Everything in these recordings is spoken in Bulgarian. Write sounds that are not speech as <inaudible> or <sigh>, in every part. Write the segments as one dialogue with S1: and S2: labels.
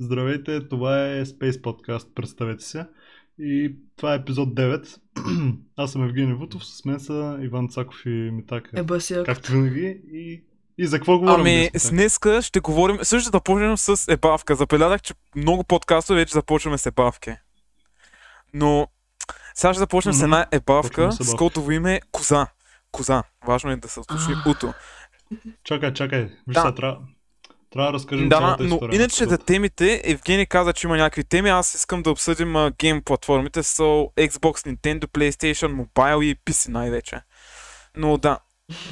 S1: Здравейте, това е Space Podcast, представете се. И това е епизод 9. <clears throat> Аз съм Евгений Вутов, с мен са Иван Цаков и Митака.
S2: Е, баси,
S1: Както винаги. И, и за какво говорим?
S3: Ами,
S1: днес,
S3: с
S1: Митака?
S3: днеска ще говорим, също ще започнем с ебавка. Забелязах, че много подкастове вече започваме с ебавки. Но сега ще започнем с
S1: Мгм.
S3: една ебавка,
S1: Почваме с
S3: с
S1: ебавка.
S3: кодово име Коза. Коза. Важно е да се уточни
S2: А.
S3: уто.
S1: Чакай, чакай. Виж
S3: Да.
S1: сега, трябва, трябва да разкажем
S3: Да,
S1: цялата
S3: но
S1: история. на
S3: иначе за
S1: епизода.
S3: темите, Евгений каза, че има някакви теми, аз искам да обсъдим а, гейм платформите, са Xbox, Nintendo, PlayStation, Mobile и PC най-вече. Но да,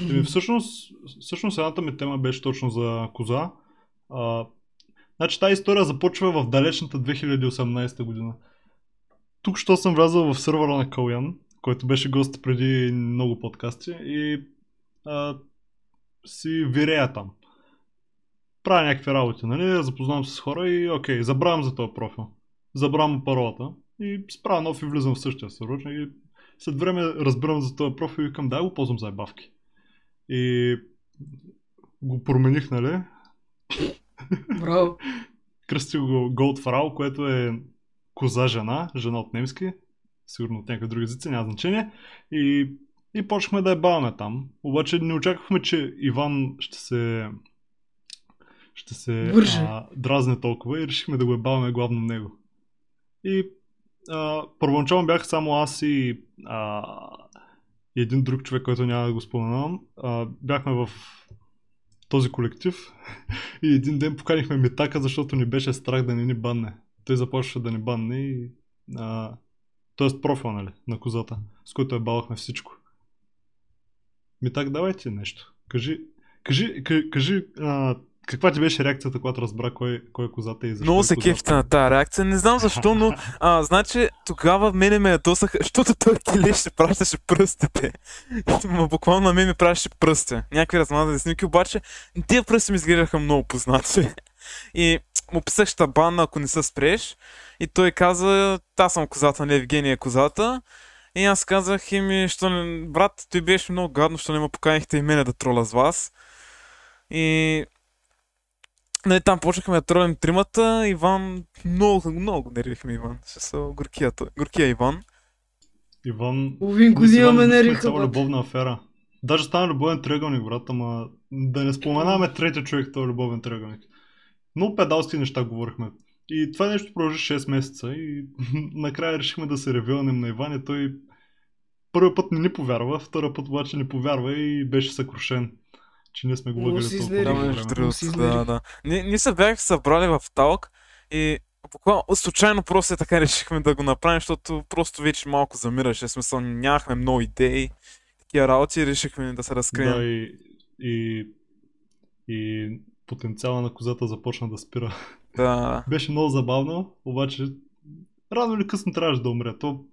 S1: Еми, Ами, всъщност, всъщност едната ми тема беше точно за коза. А, значи тази история започва в далечната 2018 година. Тук, що съм влязъл в сървъра на Калян, който беше гост преди много подкасти и а, си вирея там. Правя някакви работи, нали? Запознавам се с хора и окей, забравям за този профил. Забравям паролата и справя нов и влизам в същия сървър и след време разбирам за този профил и към да го ползвам за ебавки. И го промених, нали?
S2: Браво.
S1: Кръстих го Goldfrau, което е коза жена, жена от немски, сигурно от някакви други езици, няма значение. И, и почнахме да ебаваме там. Обаче не очаквахме, че Иван ще се ще се
S2: Върже.
S1: а, дразне толкова и решихме да го ебаваме главно него. И а, първоначално бяха само аз и а, и един друг човек, който няма да го споменавам. А, бяхме в този колектив и един ден поканихме Митака, защото ни беше страх да не ни банне. Той започваше да ни банне и... А, тоест профил, нали, на козата, с който я балахме всичко. Митак, давай ти нещо. Кажи, кажи, к- кажи а, каква ти беше реакцията, когато разбра кой, кой е козата и защо
S3: много
S1: е
S3: се
S1: козата?
S3: кефта на тази реакция. Не знам защо, но А, значи, тогава мене ме ядосаха, <laughs> защото той килеше, пращаше пръстите. Ма буквално на мен ми пращаше пръсти. Някакви размазани снимки, обаче тия пръсти ми изглеждаха много познати. И му писах щабана, ако не се спреш. И той каза, аз съм козата, не Евгения е козата. И аз казах, ми, що не... брат, той беше много гадно, що не ме поканихте и мене да троля с вас. И Нали, там почнахме да тровим тримата. Иван, много, много го нервихме Иван. С горкия, той- горкия Иван.
S1: Иван...
S2: Половин
S1: ние с
S2: година
S1: Иван
S2: ме
S1: сме
S2: нариха,
S1: е Цяла
S2: брат.
S1: любовна афера. Даже стана любовен триъгълник, брат, ама да не споменаваме третия човек, този любовен триъгълник. Много педалски неща говорихме. И това нещо продължи 6 месеца и <laughs> накрая решихме да се ревелнем на Иван и той първи път не ни повярва, втори път обаче не повярва и беше съкрушен, че ние сме го
S2: Много
S1: лъгали
S2: си
S1: толкова
S2: изнервих,
S1: дълго
S2: брат.
S1: време.
S2: Много си
S3: другото,
S2: изнервих.
S3: да, да. Ние, ние се бяхме събрали в Талк и буквално случайно просто е така решихме да го направим, защото просто вече малко замираше. В Смисъл, нямахме много идеи, такива работи и решихме да се разкрием.
S1: Да, и, и, и потенциала на козата започна да спира.
S3: да.
S1: Беше много забавно, обаче рано или късно трябваше да умре. То,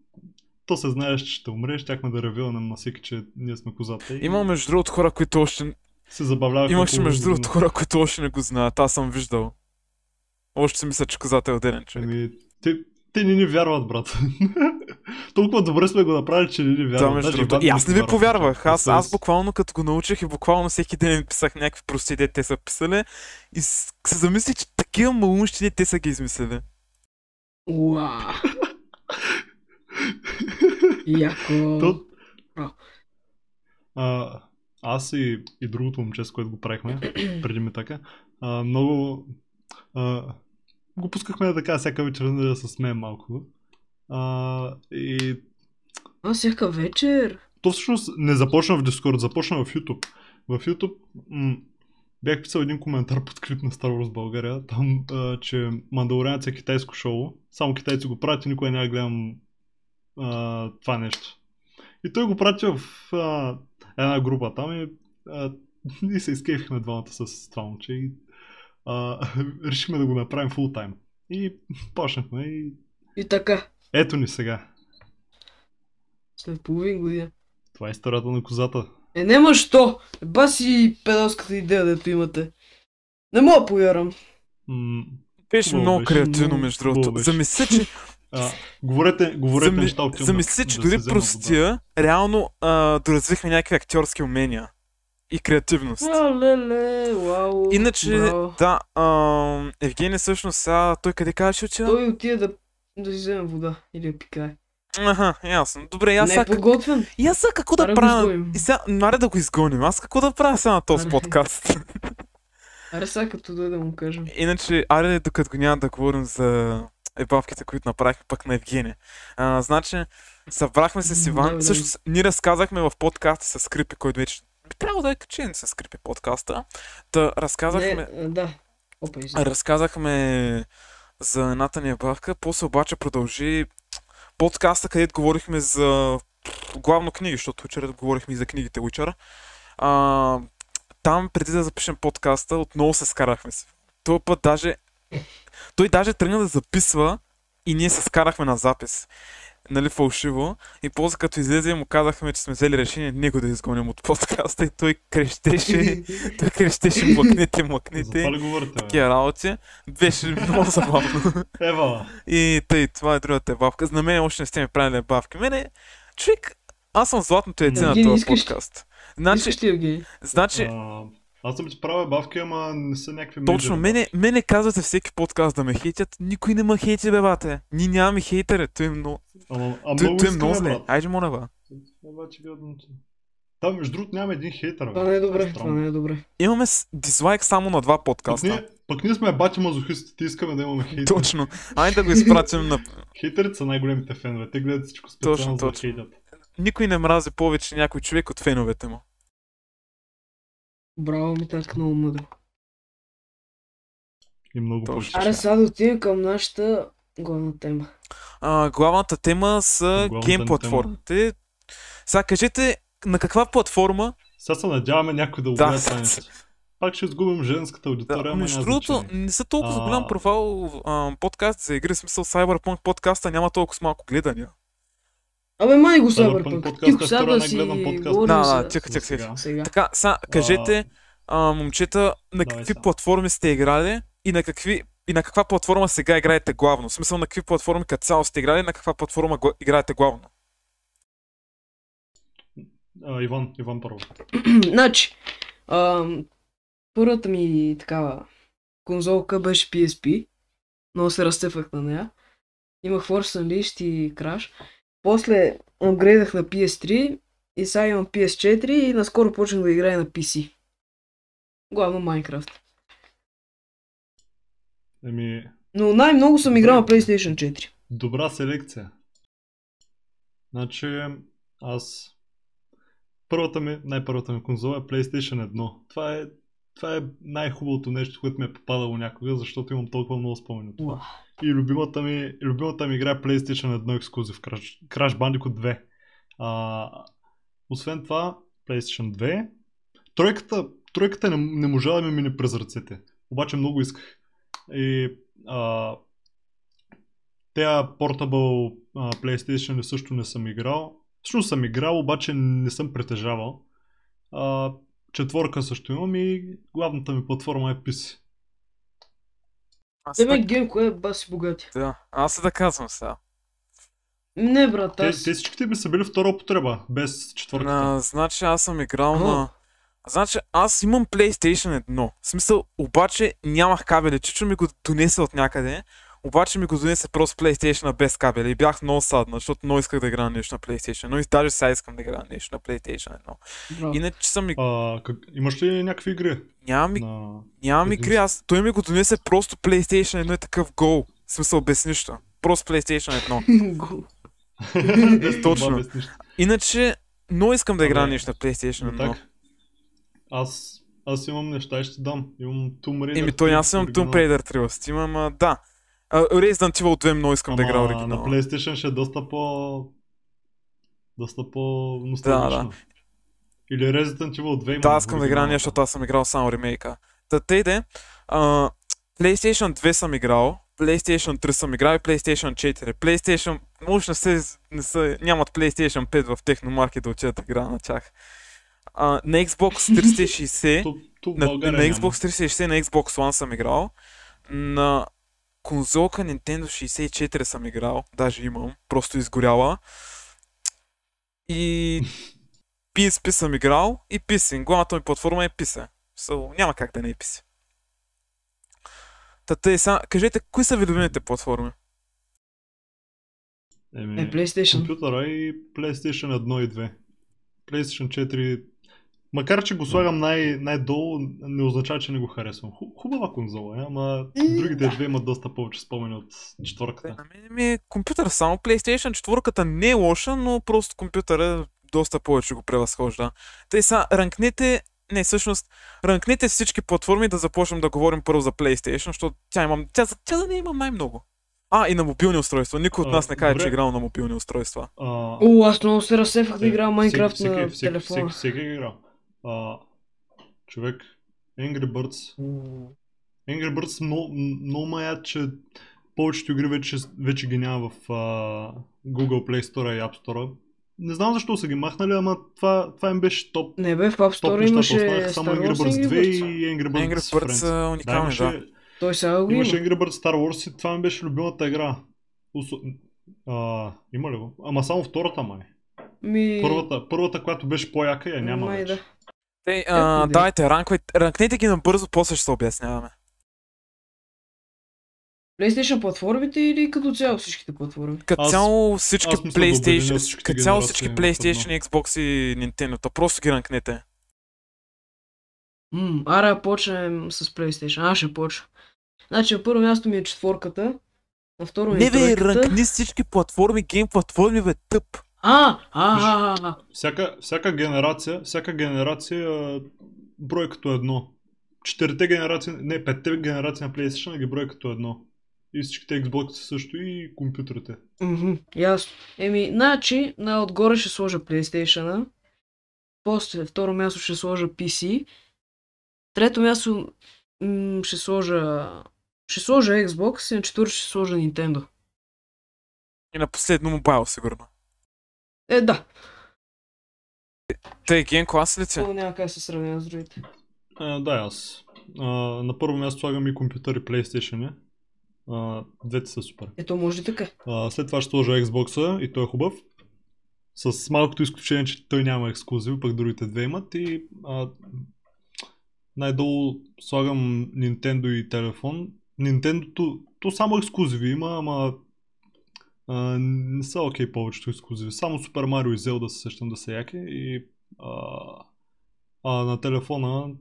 S1: то се знаеше, че ще умре, щяхме да ревилнем на всеки, че ние сме козата. И
S3: Има между другото хора, които още...
S1: се забавлявахме.
S3: Имаше
S1: половин
S3: между другото
S1: година.
S3: хора, които още не го знаят. Аз съм виждал. Още си мисля, че козата е отделен човек.
S1: Ами, те, те не ни вярват, брат. <laughs> Толкова добре сме го направили, че не ни вярват. Значи,
S3: Да, между
S1: Даже
S3: другото.
S1: Иван
S3: И аз не ви
S1: вярва.
S3: повярвах. Аз, аз
S1: е С- <laughs>
S3: буквално като го научих и буквално всеки ден им писах някакви прости идеи, те са писали. И с- се замислих, че такива малумщини те са ги измислили.
S2: Уа. Яко.
S1: То-
S2: Браво.
S1: А, аз и, и другото момче, с което го правихме, преди ме така, а, много... А, го пускахме така всяка вечер да се смеем малко. А, и
S2: А, всяка вечер.
S1: То всъщност не започна в Discord, започна в YouTube. В YouTube м- бях писал един коментар под клип на Star Wars България, там, а, че Мандалорианец е китайско шоу, само китайци го правят и никога няма да гледам а, това нещо. И той го прати в а, една група там и, а, <laughs> и се изкефихме двамата с това момче и а, <laughs> решихме да го направим фул тайм. И <laughs> почнахме и
S2: И така.
S1: ето ни сега.
S2: След половин година.
S1: Това е историята на козата.
S2: Е, нема що! Еба си педалската идея, дето имате. Не мога да повярвам.
S1: М,
S3: Беше
S1: Хубаво
S3: много
S1: беше,
S3: креативно,
S2: много
S3: между
S1: хубаво
S3: другото.
S1: беше.
S3: Замисля,
S1: <laughs>
S3: че,
S1: А, говорете, говорете
S3: зами-
S1: неща от филма.
S3: замисля, че
S1: да
S3: дори
S1: се взема вода.
S3: простия, реално а, доразвихме някакви актьорски умения. и креативност.
S2: А, леле, вау.
S3: Иначе,
S2: браво.
S3: да, ам, Евгений всъщност сега, той къде каже, че отива?
S2: Той отиде да, да си вземе вода или да пикае.
S3: Аха, ясно. Добре, аз
S2: не
S3: сега
S2: е подготвен.
S3: И аз сега какво
S2: Аре
S3: да
S2: го
S3: правя?
S2: изгоним.
S3: И сега, наре да го изгоним. Аз какво да правя сега на този
S2: Аре.
S3: подкаст?
S2: Аре сега като дойде да му
S3: Е,
S2: кажем.
S3: Иначе, аре, докато го няма да говорим за ебавките, които направихме пък на Евгения. А, значи, събрахме се с
S2: М,
S3: Иван.
S2: да, да.
S3: Също ние разказахме в подкаста с Крипи, който вече би трябвало да е качен с Крипи подкаста. Та разказахме,
S2: Не, а, да. Опа, излезе.
S3: разказахме за едната ни ебавка, после обаче продължи подкаста, където говорихме за главно книги, защото вчера говорихме и за книгите Witcher. А, там, преди да запишем подкаста, отново се скарахме си. Този път даже... Той даже тръгна да записва и ние се скарахме на запис. Нали, фалшиво. И после като излезе му казахме, че сме взели решение него да изгоним от подкаста и той крещеше, той крещеше, млъкнете,
S1: За
S3: млъкнете
S1: това ли говорите? бе?
S3: такива работи. Беше много забавно.
S1: Ева,
S3: И тъй, това е другата ебавка. На мен още не сте ми правили ебавки. Мене, човек, аз съм златното яйце на
S2: Евгений,
S3: този
S2: искаш-
S3: подкаст. Значи,
S2: Искаш ли, Евгений?
S3: значи,
S1: а, аз съм ти правил бавки, ама не са някакви
S3: точно,
S1: мейджори.
S3: мене, мене казвате всеки подкаст да ме хейтят. Никой не ме хейти, бе, бате. Ние нямаме хейтери. Той е много,
S1: Ама, а
S3: той,
S1: много
S3: той е много
S1: искаме,
S3: зле.
S1: брат.
S3: Айде, моля, ба.
S1: Обаче гадно. ти. Там, между другото, няма един хейтър, бе.
S2: Това не е добре, това
S1: Странно.
S2: не е добре.
S3: Имаме с- дизлайк само на два
S1: Пък
S3: подкаста.
S1: ние, пък ние сме бати мазохисти, ти искаме да имаме хейтери.
S3: Точно. Айде да го изпратим на...
S1: Хейтерите са най-големите фенове, те гледат всичко специално
S3: Точно,
S1: за да
S3: точно.
S1: хейтят.
S3: Никой не мрази повече някой човек от феновете му.
S2: Браво ми так, много мъдро.
S1: И много
S3: Точно.
S1: повече.
S2: Аре сега да отидем към нашата главна тема.
S3: А, главната тема са
S1: Главната ни
S3: гейм
S1: тема.
S3: платформите. Сега кажете на каква платформа?
S1: Сега се надяваме някой да
S3: Да.
S1: огледа това нещо. Пак ще изгубим женската аудитория,
S3: Да,
S1: ама
S3: между
S1: няма
S3: другото,
S1: значение.
S3: не са толкова с голям
S1: А.
S3: провал а, подкаст за игри, в смисъл Cyberpunk подкаста няма толкова с малко гледания.
S2: Абе, май го
S1: Cyberpunk
S2: сабър пък.
S1: подкаста е
S2: Тихо сега
S1: втора
S2: да си
S1: най-гледан подкаст.
S2: говорим
S3: Да,
S2: за...
S3: да, тихо, тихо, тихо.
S1: Сега.
S2: Сега. <clears throat>
S3: Така, сега кажете, а, момчета, на
S1: давай
S3: какви
S1: сам.
S3: платформи сте играли и на какви и на каква платформа сега играете главно? В смисъл на какви платформи като цяло сте играли, на каква платформа гла- играете главно?
S1: А, Иван, Иван първо.
S2: значи, ам, първата ми такава конзолка беше PSP. Много се разцепвах на нея. Имах Force Unleashed и Crash. После апгрейдах на PS3 и сега имам PS4 и наскоро почнах да играя на PC. Главно Minecraft.
S1: Еми,
S2: Но най-много съм играл на PlayStation 4.
S1: добра селекция. Значи, аз... Първата ми, най-първата ми конзола е PlayStation 1. Това е, това е най-хубавото нещо, което ми е попадало някога, защото имам толкова много спомени от това.
S2: Уа.
S1: И любимата ми, любимата ми игра е PlayStation 1 ексклюзив, Crash, Crash Bandicoot 2. А, освен това, PlayStation 2. Тройката, тройката не, не можа да ми мине през ръцете. Обаче много исках. И а, тя Portable а, PlayStation също не съм играл. Всъщност съм играл, обаче не съм притежавал. А, четворка също имам и главната ми платформа е PC.
S3: Аз
S2: Тебе
S3: да,
S2: гейм, кое е баси богати?
S3: да, аз да казвам сега.
S2: Не, брат,
S1: Те, те
S2: аз...
S1: всичките ми са били втора употреба, без четвъртата.
S3: А, значи аз съм играл
S2: Ама-
S3: на... Значи аз имам PlayStation 1. В смисъл, обаче нямах кабели. Чичо ми го донесе от някъде. Обаче ми го донесе просто PlayStation без кабели и бях много садна, защото много исках да игра на нещо на PlayStation. Но и даже сега искам да игра на нещо на PlayStation 1.
S2: Браво.
S3: Иначе съм и...
S1: А, как... Имаш ли някакви игри?
S3: Нямам, и- <laughs>
S1: На...
S3: нямам
S1: един-
S3: игри, аз... Той ми го донесе просто PlayStation 1 и такъв гол. В смисъл, без нищо. Просто PlayStation 1.
S2: Го.
S1: Без <laughs>
S3: Точно.
S1: това, без нищо.
S3: Иначе, много искам да игра на
S1: Абе,
S3: нещо на
S1: Но
S3: PlayStation 1.
S1: так, аз, аз имам неща и ще ти дам. Имам Tomb Raider.
S3: Еми, той аз
S1: 3
S3: имам Tomb
S1: оригинал.
S3: Raider 3 в Steam, ама да. А, Resident Evil 2 много искам да игра
S1: Ама
S3: оригинал.
S1: На PlayStation ще е доста по... Доста по...
S3: Да,
S1: Носталгично. Или Resident Evil 2 имам.
S3: Да, аз искам да игра
S1: оригиналната.
S3: нещо, защото аз съм играл само ремейка. Та тъй де, а, PlayStation 2 съм играл, PlayStation 3 съм играл и PlayStation 4. PlayStation, може не, се, не са, нямат PlayStation 5 в техномаркет да отидат да игра на тях. А, на Xbox 360
S1: Тук, тук в
S3: на,
S1: България
S3: на
S1: няма.
S3: Xbox 360 и на Xbox One съм играл. На конзолка Nintendo 64
S1: <laughs>
S3: съм играл. Даже имам. Просто изгоряла. И PSP съм играл и PC. Главната ми платформа е PC. So, няма как да не е PC. Та, тъй, сега, кажете, кои са ви любимите платформи?
S1: Еми,
S2: Е, PlayStation.
S1: компютъра и PlayStation 1 и 2. PlayStation 4, макар че го слагам най- най-долу, не означава, че не го харесвам. Ху- хубава конзола, е, ама
S2: Е,
S1: другите две имат доста повече спомени от четвърката.
S3: На мен ми е компютър само. PlayStation 4 не е лоша, но просто компютъра доста повече го превъзхожда. Тъй са, ранкнете... Не, всъщност, ранкнете всички платформи да започнем да говорим първо за PlayStation, защото тя, има, тя, за- тя да не има най-много. А, и на мобилни устройства. Никой от
S1: А,
S3: нас не каже,
S1: добре.
S3: че е играл на мобилни устройства.
S1: А,
S2: О, аз много се разсефах да
S1: е,
S2: играя Майнкрафт
S1: всеки-
S2: на
S1: всеки- всеки-
S2: телефона.
S1: Всеки, всеки е играл. А, човек, Angry Birds. Angry Birds много, много маят, че повечето игри вече, вече ги няма в а, Google Play Store и App Store. Не знам защо са ги махнали, ама това, това им беше топ.
S2: Не бе, в App
S1: Топ
S2: Store
S1: нещата
S2: имаше
S1: останаха само
S2: Star
S1: Angry
S2: Wars
S1: Birds 2 и
S2: Birds.
S1: Angry Birds,
S3: Angry Birds
S1: Friends.
S3: са
S1: Да,
S3: уникални, е, да.
S1: имаше,
S2: Той сега го има.
S1: имаше Angry Birds Star Wars и това ми беше любимата игра. Усо- А, има ли го? Ама само втората май.
S2: Ми...
S1: Първата, първата, която беше по-яка, я няма
S2: май
S1: вече.
S2: да.
S1: Е,
S3: Тъй, а,
S2: Яко, да.
S3: дайте, ранквайте, ранкнете ги набързо, после ще се обясняваме.
S2: PlayStation платформите или като цяло всичките платформи?
S3: Като
S1: Аз-
S3: цяло всички
S1: аз мисля да обединя
S3: PlayStation,
S1: всичките
S3: като цяло всички
S1: генерации в
S3: PlayStation, Xbox и Nintendo, та просто ги ранкнете.
S2: Мм, аре да почнем с PlayStation. Аз ще почна. Значи на първо място ми е четворката. На второ ми е
S3: Не бе,
S2: тройката.
S3: ранкни всички платформи, гейм платформи, бе, тъп.
S2: А, а, а, а, а.
S1: Всяка, всяка генерация, всяка генерация а, брой като едно. Четирите генерации, не, петте генерации на PlayStation ги брой като едно. И всичките Xbox също и компютрите.
S2: Мгм, ясно. Еми, значи, на отгоре ще сложа PlayStation. После, второ място ще сложа PC. Трето място м- ще сложа... Ще сложа Xbox и на четвърто ще сложа Nintendo.
S3: И на последно мобайл, сигурно.
S2: Е, да.
S3: Те гейм клас ли ти?
S2: Това няма как да се сравнява с другите.
S1: А, да, аз. А, на първо място слагам и компютър и PlayStation. А, двете са супер.
S2: Ето може и така.
S1: А, след това ще сложа Xbox и той е хубав. С малкото изключение, че той няма ексклюзив, пък другите две имат. И а, най-долу слагам Nintendo и телефон. Nintendo, то само ексклюзиви има, ама а, не са окей повечето ексклюзиви. Само Super Mario и Zelda се сещам да са яки. И а, а, на телефона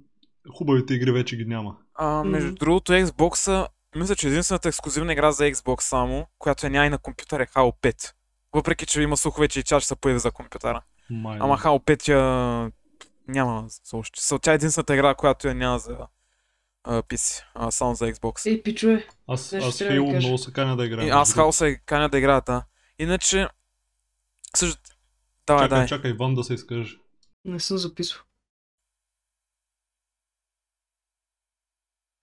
S1: хубавите игри вече ги няма.
S3: А, между
S2: Мгм.
S3: другото, Xbox, мисля, че единствената ексклюзивна игра за Xbox само, която е няма и на компютър е Halo 5. Въпреки, че има слухове, че и тя ще се появи за компютъра.
S1: Май,
S3: Ама Halo 5 я... няма за още. Са- Тя е единствената игра, която я няма за а, PC, а, само за Xbox.
S2: Ей, Е, пичове,
S1: аз,
S2: нещо
S1: аз
S2: трябва да
S1: Halo
S2: кажа.
S1: много се каня да играя.
S3: И аз Halo се каня да играя, да. Иначе... Също... Давай,
S1: Чакай,
S3: давай.
S1: чакай, Иван да се изкаже.
S2: не съм записвал.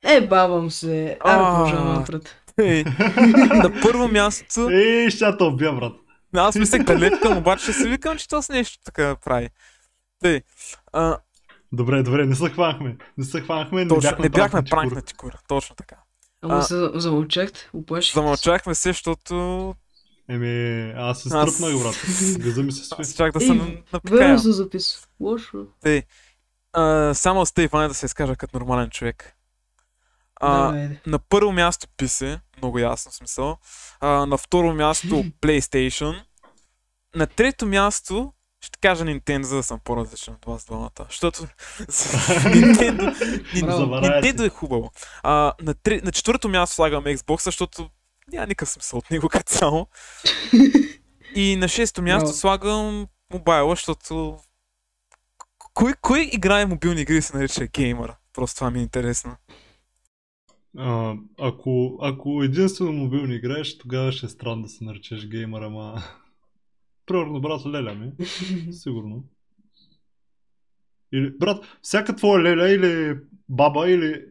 S2: Е, бавам се. Аре,
S3: А.
S2: продължаваме напред.
S3: Ей, На първо място,
S1: Ей, ще те убия, брат.
S3: аз мислех да лепкам, обаче се викам, че то с нещо така прави. Тъй, а,
S1: Добре, добре, не се хванахме. Не се хванахме, не
S3: точно,
S1: бяхме,
S3: не бяхме
S1: пранкнати, кур.
S3: пранкнати, кура, точно така.
S2: Ама
S3: А.
S2: се замълчахте, оплашихте. се.
S3: Замълчахме се, защото
S1: Еми, аз се
S3: Аз-
S1: стръпнах,
S3: <laughs>
S1: брат. Газа ми се
S3: аз
S1: сви.
S3: чак да
S2: Ей,
S3: съм
S2: Верно
S3: напикая.
S2: се записва. Лошо.
S3: А, Само с Стефан е да се изкажа като нормален човек. А,
S2: Давай, айде.
S3: на първо място PC, много ясно в смисъл. А, на второ място
S2: <laughs>
S3: PlayStation. На трето място ще кажа Nintendo, за да съм по-различен от вас двамата.
S2: <laughs>
S3: Защото Nintendo,
S2: Браво.
S1: Заварая
S3: Nintendo
S1: се.
S3: е хубаво. А, на, три, на четвърто място слагам Xbox, защото няма никакъв смисъл от него като цяло. И на шесто място
S2: Браво.
S3: слагам мобайла, защото... Кой, кой играе мобилни игри и се нарича геймър? Просто това ми е интересно.
S1: А, ако, ако единствено мобилни играеш, тогава ще е странно да се наречеш геймър, ама... <laughs> Примерно, брат, леля ми. Сигурно. Или, брат, всяка твоя леля или баба или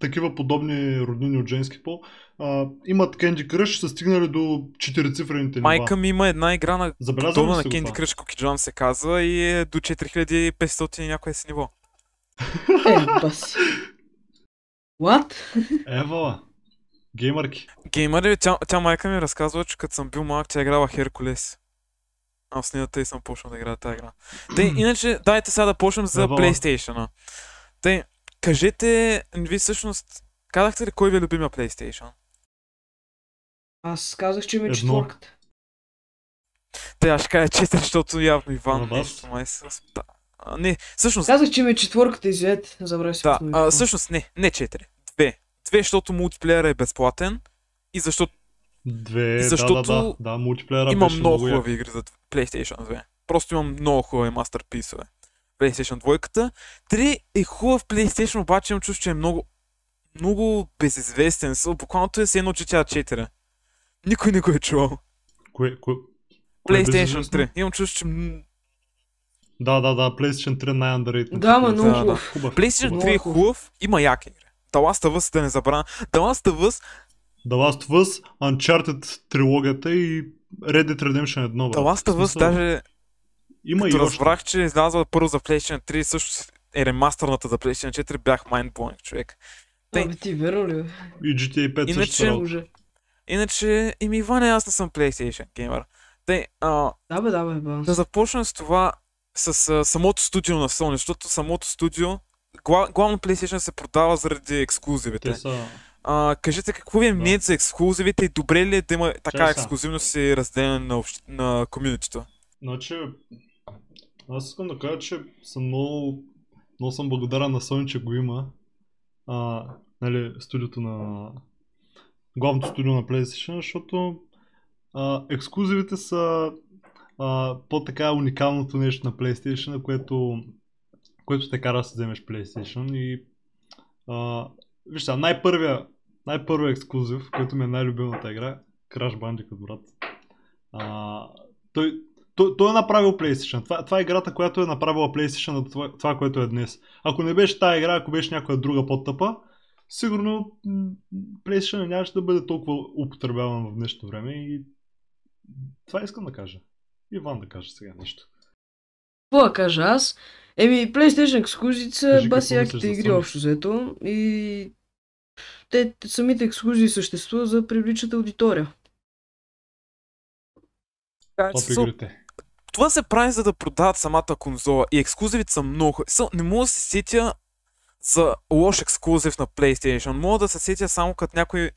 S1: такива подобни роднини от женски пол а, имат Candy Crush, са стигнали до четирицифрените нива.
S3: Майка ми има една игра на
S1: Забелязвам
S3: Подобна
S1: ли
S3: на
S1: сте го
S3: Candy
S1: това?
S3: Crush Cookie Jam се казва и е до 4500 и някое си ниво.
S2: Е, баси. What?
S1: Ева, геймърки.
S3: Геймър ли? Тя, тя майка ми разказва, че като съм бил малък, тя е играла Херкулес. Аз с нея тъй съм почнал да играя тази игра. Тъй, иначе, дайте сега да почнем за
S1: Давай.
S3: PlayStation. Тъй, кажете, ви всъщност, казахте ли кой ви е любимия PlayStation?
S2: Аз казах, че ми е
S1: Едно.
S2: четворката.
S3: Те, аз ще кажа 4, защото явно Иван
S1: На вас?
S3: нещо е май се разпита. А, не, всъщност,
S2: Казах, че ми е четворката, извинете, забравя си.
S3: да,
S2: какво ми е
S3: а,
S2: това.
S3: всъщност не, не 4, 2. 2, защото мултиплеера е безплатен и защото
S1: Две, да, да, да,
S3: Защото
S1: да, мултиплеера
S3: Имам
S1: беше
S3: много
S1: много як.
S3: хубави игри за PlayStation 2. Просто имам много хубави мастерписове. PlayStation 2-ката. 3 е хубав PlayStation, обаче имам чувство, че е много, много безизвестен. С- Буквално той е си едно GTA 4. Никой не го е чувал.
S1: Кое, кое... Кое е
S3: PlayStation
S1: безизвестно?
S3: 3. Имам чувство, че... м-
S1: Да, да, да, PlayStation 3 най-underrated.
S2: Да, ма, много
S3: да.
S2: хубав.
S1: хубав.
S3: PlayStation
S2: Много
S3: 3 е
S2: хубав.
S3: хубав, има яки игри. The Last of Us да не забравя. The Last of Us,
S1: The Last of Us, Uncharted трилогията и Red Dead Redemption 1.
S3: The
S1: брат.
S3: Last
S1: В
S3: of Us
S1: смисъл,
S3: даже
S1: Има и
S3: Като
S1: още.
S3: разбрах, че излязва първо за PlayStation 3, също е ремастърната за PlayStation 4, бях mindblowing човек. Тъй.
S2: Абе ти верно ли? бе?
S1: И GTA 5
S3: Иначе-
S1: също. работа.
S2: Боже.
S3: Иначе, ими Иване, аз не съм PlayStation геймер. Тъй, а,
S2: Да бе, да бе, ба.
S3: да започнем с това, с а, самото студио на Sony, защото самото студио, гла- главно PlayStation се продава заради ексклюзивите.
S1: Те са...
S3: А, кажете, какво ви е мнението за ексклюзивите и добре ли е да има така
S1: Чай сега.
S3: ексклюзивност и разделяне на, общ... на комьюнитито?
S1: Значи, аз искам да кажа, че съм много, много съм благодарен на Sony, че го има. А, нали, студиото на... Главното студио на PlayStation, защото а, ексклюзивите са а, по-така уникалното нещо на PlayStation, което, което те кара да си вземеш PlayStation. И, а, виж сега, най-първия, най-първия ексклюзив, който ми е най-любимата игра, Crash Bandicoot, брат. А, той, той, той е направил PlayStation. Това, това е играта, която е направила PlayStation на това, това, което е днес. Ако не беше тази игра, ако беше някоя друга по-тъпа, сигурно м, PlayStation нямаше да бъде толкова употребяван в днешно време и това искам да кажа. Иван да каже сега нещо.
S2: Какво да кажа аз? Еми, PlayStation ексклюзите са
S1: Кажи,
S2: баси
S1: какво мислиш
S2: яките
S1: за
S2: игри
S1: Sony?
S2: общо взето и те самите ексклюзии съществуват за да привличат аудитория.
S1: Топ
S3: Значи,
S1: игрите.
S3: това се прави за да продават самата конзола и ексклюзивите са много. хубави. Са, не мога да се сетя за лош ексклюзив на PlayStation. Мога да се сетя само като някой...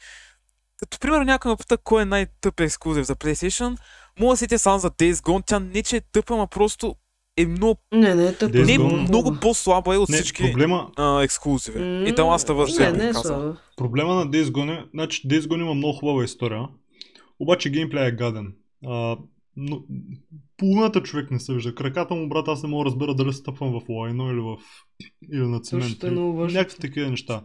S3: Като примерно някой ме пита кой е най-тъп ексклюзив за PlayStation, мога да се сетя само за Days Gone. Тя не че е тъпа, ма просто е много,
S2: Не, не е тъпо.
S1: Days
S3: не, е
S1: Gone.
S3: много по-слаба е от
S1: Не,
S3: всички
S1: проблема,
S3: а, ексклюзиви.
S2: М,
S3: И The Last of Us,
S2: Не,
S3: бих
S2: не е
S3: казал.
S2: слаба.
S1: Проблема на Days Gone е, значи Days Gone има много хубава история, обаче геймплей е гаден. А, но, половината човек не се вижда. Краката му, брат, аз не мога да разбера дали стъпвам в лайно или, в... или на цемент.
S2: Точно е много важно.
S1: Някакви такива неща.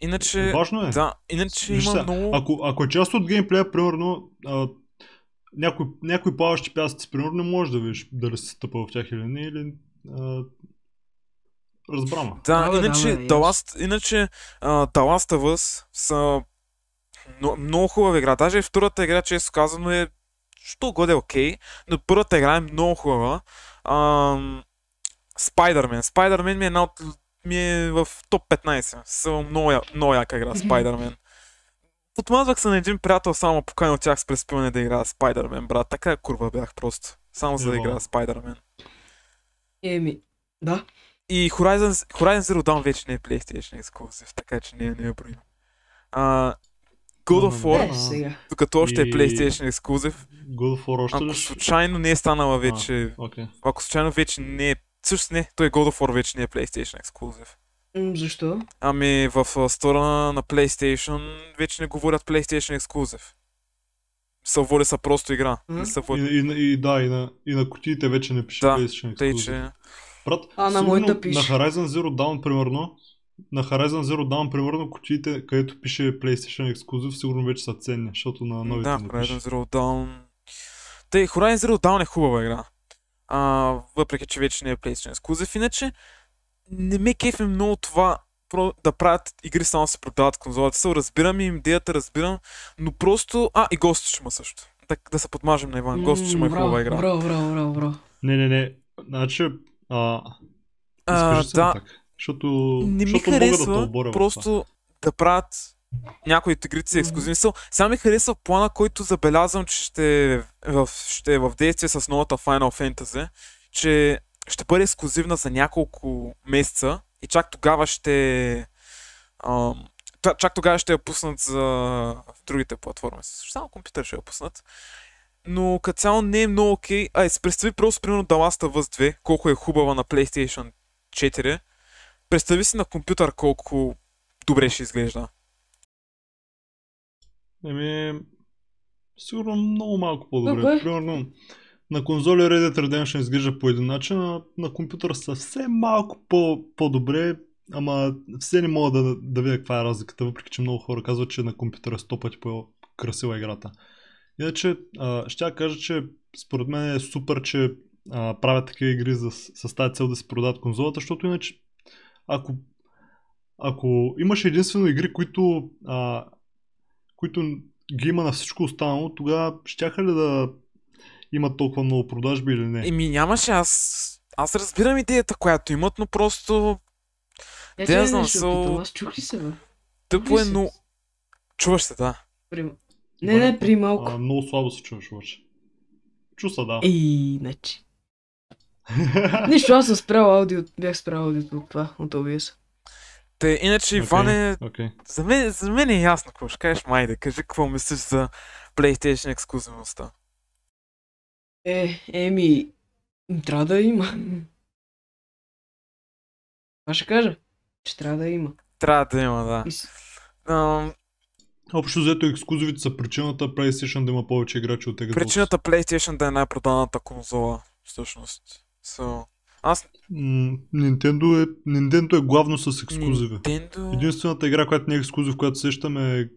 S3: Иначе,
S1: Важно е.
S3: да, иначе
S1: Виж
S3: има
S1: сега,
S3: много...
S1: Ако, ако е част от геймплея, примерно, а, някой, някой плаващи пясъци, примерно, не можеш да видиш дали се стъпва в тях или не, или а, разбрама.
S3: Да,
S2: Да, бе,
S3: иначе,
S2: да, бе,
S3: The Last, иначе а, The Last of Us са но, много хубава игра. Даже и втората игра, често казано, е що годе окей, но първата игра е много хубава. Ам, Spider-Man. Spider-Man ми е една от ми е в топ 15. Съм много, я- много яка игра, Spider-Man. Подмазвах се на един приятел, само поканил тях с преспиване да играя Spider-Man, брат. Така курва бях просто. Само за да
S1: Ево.
S3: играя Spider-Man.
S2: Еми, да.
S3: И Horizon, Horizon Zero Dawn вече не е PlayStation ексклюзив, така че не, е- не я броим. А, God of
S1: Ама
S3: War,
S1: не.
S2: Е, сега.
S3: докато още е
S1: И-
S3: PlayStation ексклюзив,
S1: God of War още
S3: ако
S1: ли ще-
S3: случайно не е станала вече,
S1: Окей.
S3: ако случайно вече не е, всъщност не, той God of War вече не е PlayStation ексклюзив.
S2: М, Защо?
S3: Ами в а, стора на, на PlayStation вече не говорят PlayStation ексклюзив. Са води са просто игра. Не
S2: М?
S3: са
S1: И,
S3: води.
S1: и, и, да, и на, и на кутиите вече не пише
S3: Да,
S1: PlayStation
S3: Тъй,
S1: Exclusive.
S3: че...
S1: Брат,
S2: А, на
S1: сигурно
S2: моята пише.
S1: На Horizon Zero Dawn, примерно, на Horizon Zero Dawn, примерно, кутиите, където пише PlayStation Exclusive, сигурно вече са ценни, защото на новите
S3: да,
S1: не
S3: Horizon
S1: пише.
S3: Zero Dawn. Тъй, Horizon Zero Dawn е хубава игра. А, въпреки, че вече не е PlayStation Exclusive. Иначе, не ме кефи много това про- да правят игри само да се продават конзолата. Се разбирам и идеята, разбирам, но просто... А, и Ghost ще има също. Да, да се подмажем на Иван. Ghost ще има е
S2: Браво,
S3: хубава игра.
S2: Браво, браво, браво, браво.
S1: Не, не, не. Значи, а,
S3: А,
S1: изкажи се
S3: да,
S1: да. так. Защото,
S3: не ми
S1: защото мога да те
S3: харесва
S1: оборя в това.
S3: просто да правят някои от игрите си ексклюзивни. Mm-hmm. Сега ми харесва плана, който забелязвам, че ще е в, ще е в действие с новата Final Fantasy, че ще бъде ексклюзивна за няколко месеца и чак тогава ще ам, та- чак тогава ще я пуснат за в другите платформи. Само компютър ще я пуснат. Но като цяло не е много окей. Ай, си представи просто примерно The Last of Us 2, колко е хубава на PlayStation 4. Представи си на компютър колко добре ще изглежда.
S1: Еми, сигурно много малко по-добре.
S2: Добре.
S1: Примерно, на конзоли Red Dead Redemption изглежда по един начин, а на компютър съвсем малко по- по-добре, ама все не мога да, да видя каква е разликата, въпреки че много хора казват, че на компютъра е сто пъти по-красива играта. Иначе, а, ще я кажа, че според мен е супер, че а, правят такива игри за, с, с тази цел да си продават конзолата, защото иначе, ако, ако имаш единствено игри, които а, които ги има на всичко останало, тогава щяха ли да имат толкова много продажби или не?
S3: Еми нямаше, аз, аз разбирам идеята, която имат, но просто
S2: Я
S3: Те,
S2: че
S3: аз
S2: не
S3: знам,
S2: ще
S3: са-
S2: опитам, Аз чух ли се, бе?
S3: тъпо е,
S2: Чух ли
S3: но...
S2: се?
S3: Чуваш се, да.
S2: При... Не, не, при малко.
S1: А, много слабо се чуваш обаче. Чу се, да.
S2: Ей, значи. Нищо, аз съм спрял аудио, бях спрял аудиото от това, от OBS.
S3: Те, иначе, Иване,
S1: Окей.
S3: за мен, за мен е ясно какво ще кажеш, майде, кажи какво мислиш за PlayStation ексклюзивността.
S2: Е, еми, м, трябва да има. Това ще кажа, че трябва да има.
S3: Трябва да има, да.
S2: И с-
S3: Ам,
S1: Общо взето ексклюзивите са причината PlayStation да има повече играчи от Xbox.
S3: причината PlayStation да е най-проданата конзола, всъщност. So, аз...
S1: М, Nintendo, е, Nintendo е главно с ексклюзиви.
S3: Nintendo...
S1: Единствената игра, която не е ексклюзив, която сещам е
S2: И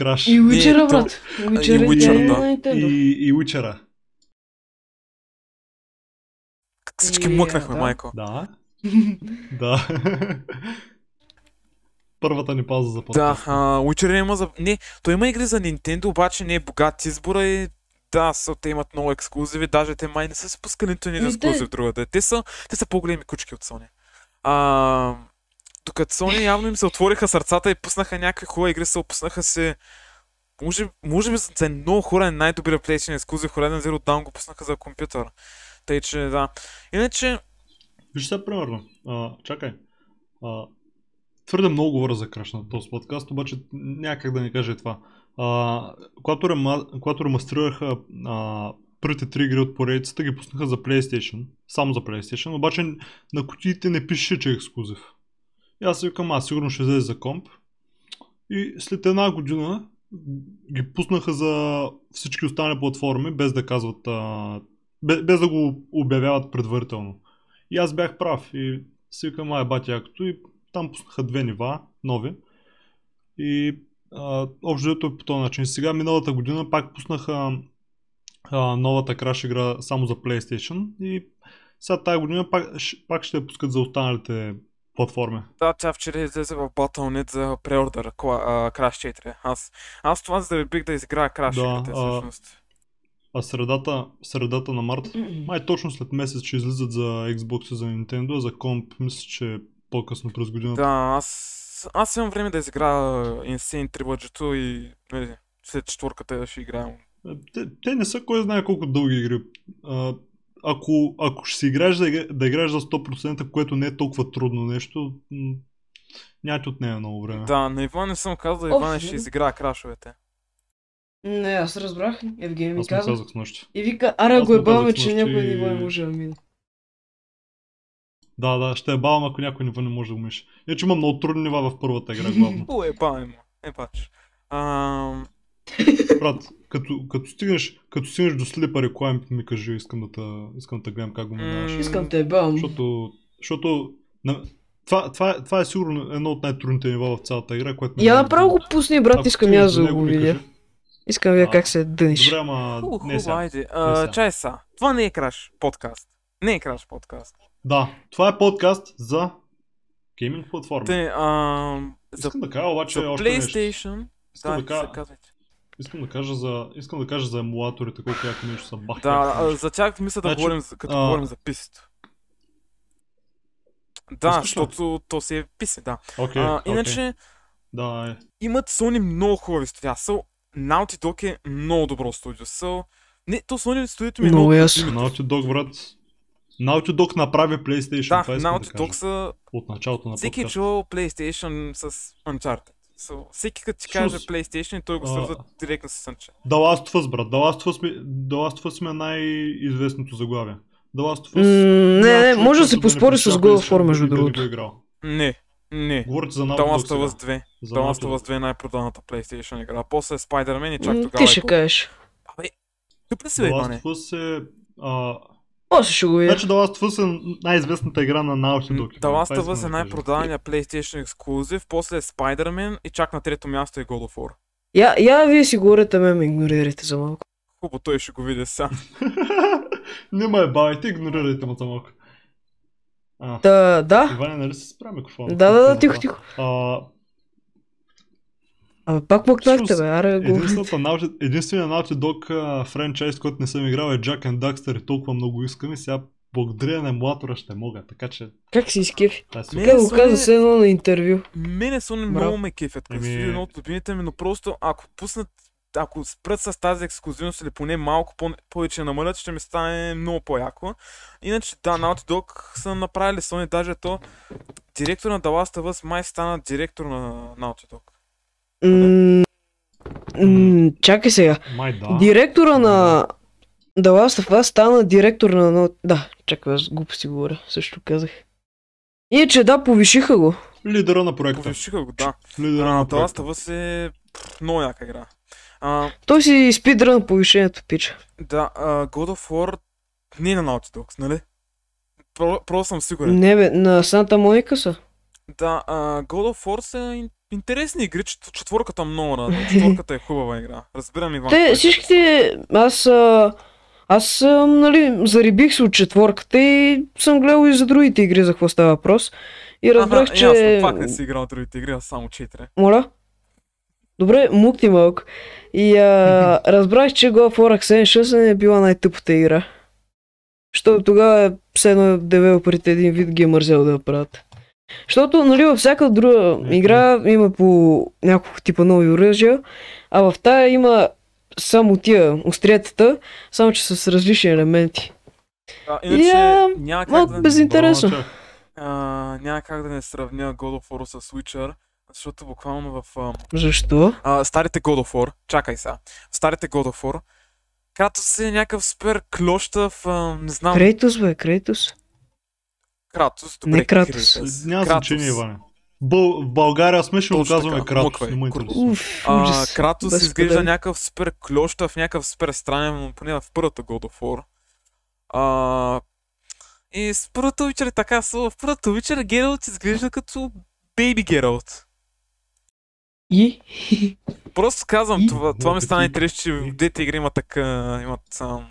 S1: Crash
S2: Witcher,
S3: то-
S2: брат. Witcher е
S3: Witcher,
S2: идея
S3: да.
S2: на Nintendo.
S1: и, и Witcher.
S3: Всички
S2: и-
S3: мъкнахме,
S2: да.
S3: майко.
S1: Да, да. <laughs> Първата ни пауза за
S3: Да,
S1: подкаст.
S3: а, Witcher има за... Не, той има игри за Nintendo, обаче не е богат избора и да, са, те имат много ексклюзиви, даже те май не са си пускали нито един
S2: Ми,
S3: ексклюзив
S2: те-
S3: другата. Те са, те са по-големи кучки от Sony. А, докато Sony явно им се отвориха сърцата и пуснаха някакви хубави игри, се опуснаха се... Може, може би за- за много хора е най-добрия PlayStation ексклюзив, Horizon Zero Dawn го пуснаха за компютър. Тъй, че да. Иначе,
S1: Виж сега, примерно, а, чакай. А, твърде много говоря за краш на този подкаст, обаче някак да не кажа и това. А, когато, рема, когато ремастрираха а, първите три игри от поредицата, ги пуснаха за PlayStation, само за PlayStation, обаче на кутиите не пише, че е ексклюзив. И аз си викам, аз сигурно ще взе за комп. И след една година ги пуснаха за всички останали платформи, без да казват, а, без, без да го обявяват предварително. И аз бях прав. И си викам, ай, бати, якото. И там пуснаха две нива, нови. И а, общо взето е по този начин. Сега, миналата година, пак пуснаха а, новата Crash игра само за PlayStation. И сега тази година пак, ш- пак ще я пускат за останалите платформи.
S3: Да, тя вчера излезе в Battle.net за преордър Cla- а, Crash 4. Аз, аз това за да бих да изиграя Crash
S1: Да,
S3: игрите,
S1: а-
S3: всъщност.
S1: А средата, средата на март, май точно след месец ще излизат за Xbox и за Nintendo, а за комп мисля, че по-късно през годината.
S3: Да, аз, аз имам време да изиграя Insane Trilogy и нали, след четвърката ще играем.
S1: Те, те не са кой знае колко дълги игри. А, ако, ако ще си играеш да, игра- да играеш за 100%, което не е толкова трудно нещо, м, няма ти от нея много време.
S3: Да, на Иван не съм казал,
S2: Общо,
S3: Иван ще
S2: взето.
S3: изиграя крашовете.
S2: Не, аз разбрах, Евгений ми
S1: Аз му
S2: каза.
S1: казах с нощи.
S2: И вика, аре
S1: Аз
S2: го
S1: му
S2: е баваме,
S1: казах
S2: че
S1: снощи-
S2: някой ниво не може ами, да мине.
S1: Да, да, ще е бавам, ако някой ниво не може да умиш. Иначе има много трудни нива в първата игра,
S2: <laughs>
S1: главно.
S3: О, е баме, е бач. Ам,
S1: Брат, като, като, стигнеш, като стигнеш до слипа реклами, ми кажи, искам да, те- искам да те гледам как го минаваш.
S3: М.
S2: Искам те бавам.
S1: Защото, защото на, това, това, е- това е сигурно едно от най-трудните нива в цялата игра, което... ме
S2: Я
S1: е-
S2: направо го пусни,
S1: Ако
S2: брат, искам и
S1: стигнеш
S2: аз
S1: до
S2: да
S1: него,
S2: го
S1: ми
S2: видя.
S1: кажи.
S2: Искам да видя
S1: А,
S2: как се дъниш.
S1: Добре, ама
S3: хубаво,
S1: не
S3: хубаво,
S1: сега.
S3: айде. А,
S1: сега.
S3: чай са. Това не е краш подкаст. Не е краш подкаст.
S1: Да, това е подкаст за гейминг платформи.
S3: Те, ам, за,
S1: Искам да кажа обаче
S3: за
S1: още нещо.
S3: PlayStation...
S1: Искам
S3: Да,
S1: да, кажа,
S3: казвайте.
S1: искам да кажа за, искам да кажа за емулаторите, колко яко нещо са бах.
S3: Да,
S1: яко
S3: а,
S1: нещо.
S3: за тях мисля да
S1: Значи,
S3: говорим, за- като
S1: а,
S3: говорим за писето. Да,
S1: Искаш ли?
S3: защото то си е писе, да.
S1: Окей,
S3: А,
S1: окей.
S3: иначе,
S1: Да, е.
S3: Имат Sony много хубави студия. Са Naughty Dog е много добро студио. Са... Не, то Sony студиото ми е
S2: Много
S3: много...
S2: ясно.
S1: Naughty Dog, брат. Naughty Dog направи PlayStation.
S3: Да,
S1: това искам да
S3: Naughty
S1: кажа.
S3: Dog са...
S1: От началото на
S3: Всеки е
S1: подкаста.
S3: чувал PlayStation с Uncharted. So, всеки като ти
S1: Шус.
S3: каже PlayStation, той го
S1: А.
S3: свързва директно с Uncharted.
S1: The Last of Us, брат. The Last of Us, ми- The Last of Us ми е най-известното заглавие. The Last of
S2: М,
S1: Us...
S2: Не, не,
S1: Няма човек,
S2: може да
S1: който
S2: се поспори с
S1: притежава
S2: God
S1: PlayStation
S2: of War, между
S1: и да не
S2: другото.
S1: го е играл.
S3: Не, не.
S1: Говорите за Naughty
S3: The
S1: Dog
S3: Last
S1: сега.
S3: of Us 2.
S1: За
S3: The Last
S1: Naughty
S3: of
S1: Dog.
S3: Us 2 е най-проданата PlayStation игра. А после е Spider-Man и чак
S2: М,
S3: тогава
S2: Ти
S3: е
S2: ще
S3: го-
S2: кажеш.
S3: Абе, тъпи си,
S1: The
S3: бе,
S1: Last
S3: мане.
S1: of Us е... а,
S2: После ще го видя.
S1: Значи The Last of Us е най-известната игра на Naughty
S3: М,
S1: Dog.
S3: The Last
S1: Това
S3: of
S1: искам
S3: Us е
S1: да кажа.
S3: най-продавания PlayStation ексклюзив, после е Spider-Man и чак на трето място е God of War.
S2: Я, я вие си говорите, ме ме игнорирайте за малко.
S3: Хубаво, той ще го види сам.
S1: <laughs> Не ме бавите, игнорирайте му за малко. А,
S2: Та, да.
S1: Иване, нали се спря микрофона?
S2: Да, да, да, тихо, тихо.
S1: А,
S2: Абе, пак мъкнахте,
S1: Всъщност,
S2: бе, аре го.
S1: единствената Naughty- единственият Naughty Dog а, франчайз, който не съм играл е Jack and Daxter и толкова много искам и сега благодаря на емулатора ще мога, така че
S2: Как си изкефи?
S1: тази
S3: Мен-
S1: супер.
S2: Как го
S3: Соня-
S2: каза се едно на интервю.
S3: Мене Sony
S2: Браво.
S3: много ме кефят, като
S1: Еми-
S3: си едно от любимите ми, но просто ако пуснат ако спрат с тази ексклюзивност или поне малко по- повече я намалят, ще ми стане много по-яко. Иначе да, Naughty Dog са направили Sony, даже то директор на The Last of Us май стана директор на Naughty Dog.
S2: М, м, Чакай сега.
S1: Май да.
S2: Директора на The Last of Us стана директор на... Nau- Да, чакай, аз глупости говоря, също казах. Иначе да, повишиха го.
S1: Лидера на проекта.
S3: Повишиха го, да.
S1: Лидера
S3: А,
S1: на
S3: The Last
S1: проекта.
S3: of Us е пф, много яка игра. А,
S2: Той си спидра на повишението, пича.
S3: да, а, God of War не е на Naughty Dog, нали? Про- Просто съм сигурен.
S2: Не бе, на Санта Моника са.
S3: Да, а, God of War са ин- интересни игри, чет- четворката много радва. Четворката е хубава игра. Разбирам Иван. е
S2: Те
S3: който-
S2: всичките... Аз... а, Аз, а, нали, зарибих се от четворката и съм гледал и за другите игри за какво става въпрос. И разбрах,
S3: Аха,
S2: че...
S3: Ясно, пак не си играл другите игри, а само 4.
S2: Моля? Добре, мукни малко. И
S3: <laughs>
S2: а, разбрах, че God of War Ascension е била най-тъпата игра. Що тогава е все едно девелоперите един вид ги е мързел да я правят. Защото, нали, във всяка друга
S1: Мгм.
S2: игра има по няколко типа нови оръжия, а в тая има само тия остриятата, само че с различни елементи.
S3: Да, иначе
S2: Я,
S3: няма как
S2: малко
S3: да...
S2: без- Интересно.
S1: Браво на тях.
S3: А, няма как да не сравня God of War с Witcher, защото буквално в а,
S2: Защо?
S3: а, старите God of War, чакай сега, в старите God of War, Кратос е някакъв спер клеща в, а, не знам,
S2: Крейтос, бе, Крейтос.
S3: Кратос, добре,
S2: Не Кратос.
S1: Няма
S3: Кратос.
S1: значение, Иване. Бъл- в България сме ще го
S3: Точно
S1: казваме
S3: така.
S1: Кратос.
S3: Мъквай,
S1: Не му е
S3: курва.
S1: интересува.
S2: Уф,
S3: А,
S2: ужас.
S3: Кратос
S2: Без
S3: изглежда
S2: къде.
S3: някакъв супер клеща в някакъв супер странен, но поне в първата God of War. А, и с първата вечер е така, са, в първата вечер Гералт изглежда като Бейби Гералт.
S2: И?
S3: Просто казвам,
S2: И?
S3: това, това ми стана
S1: Ти-
S3: интересно, че в двете игри има така, имат ам,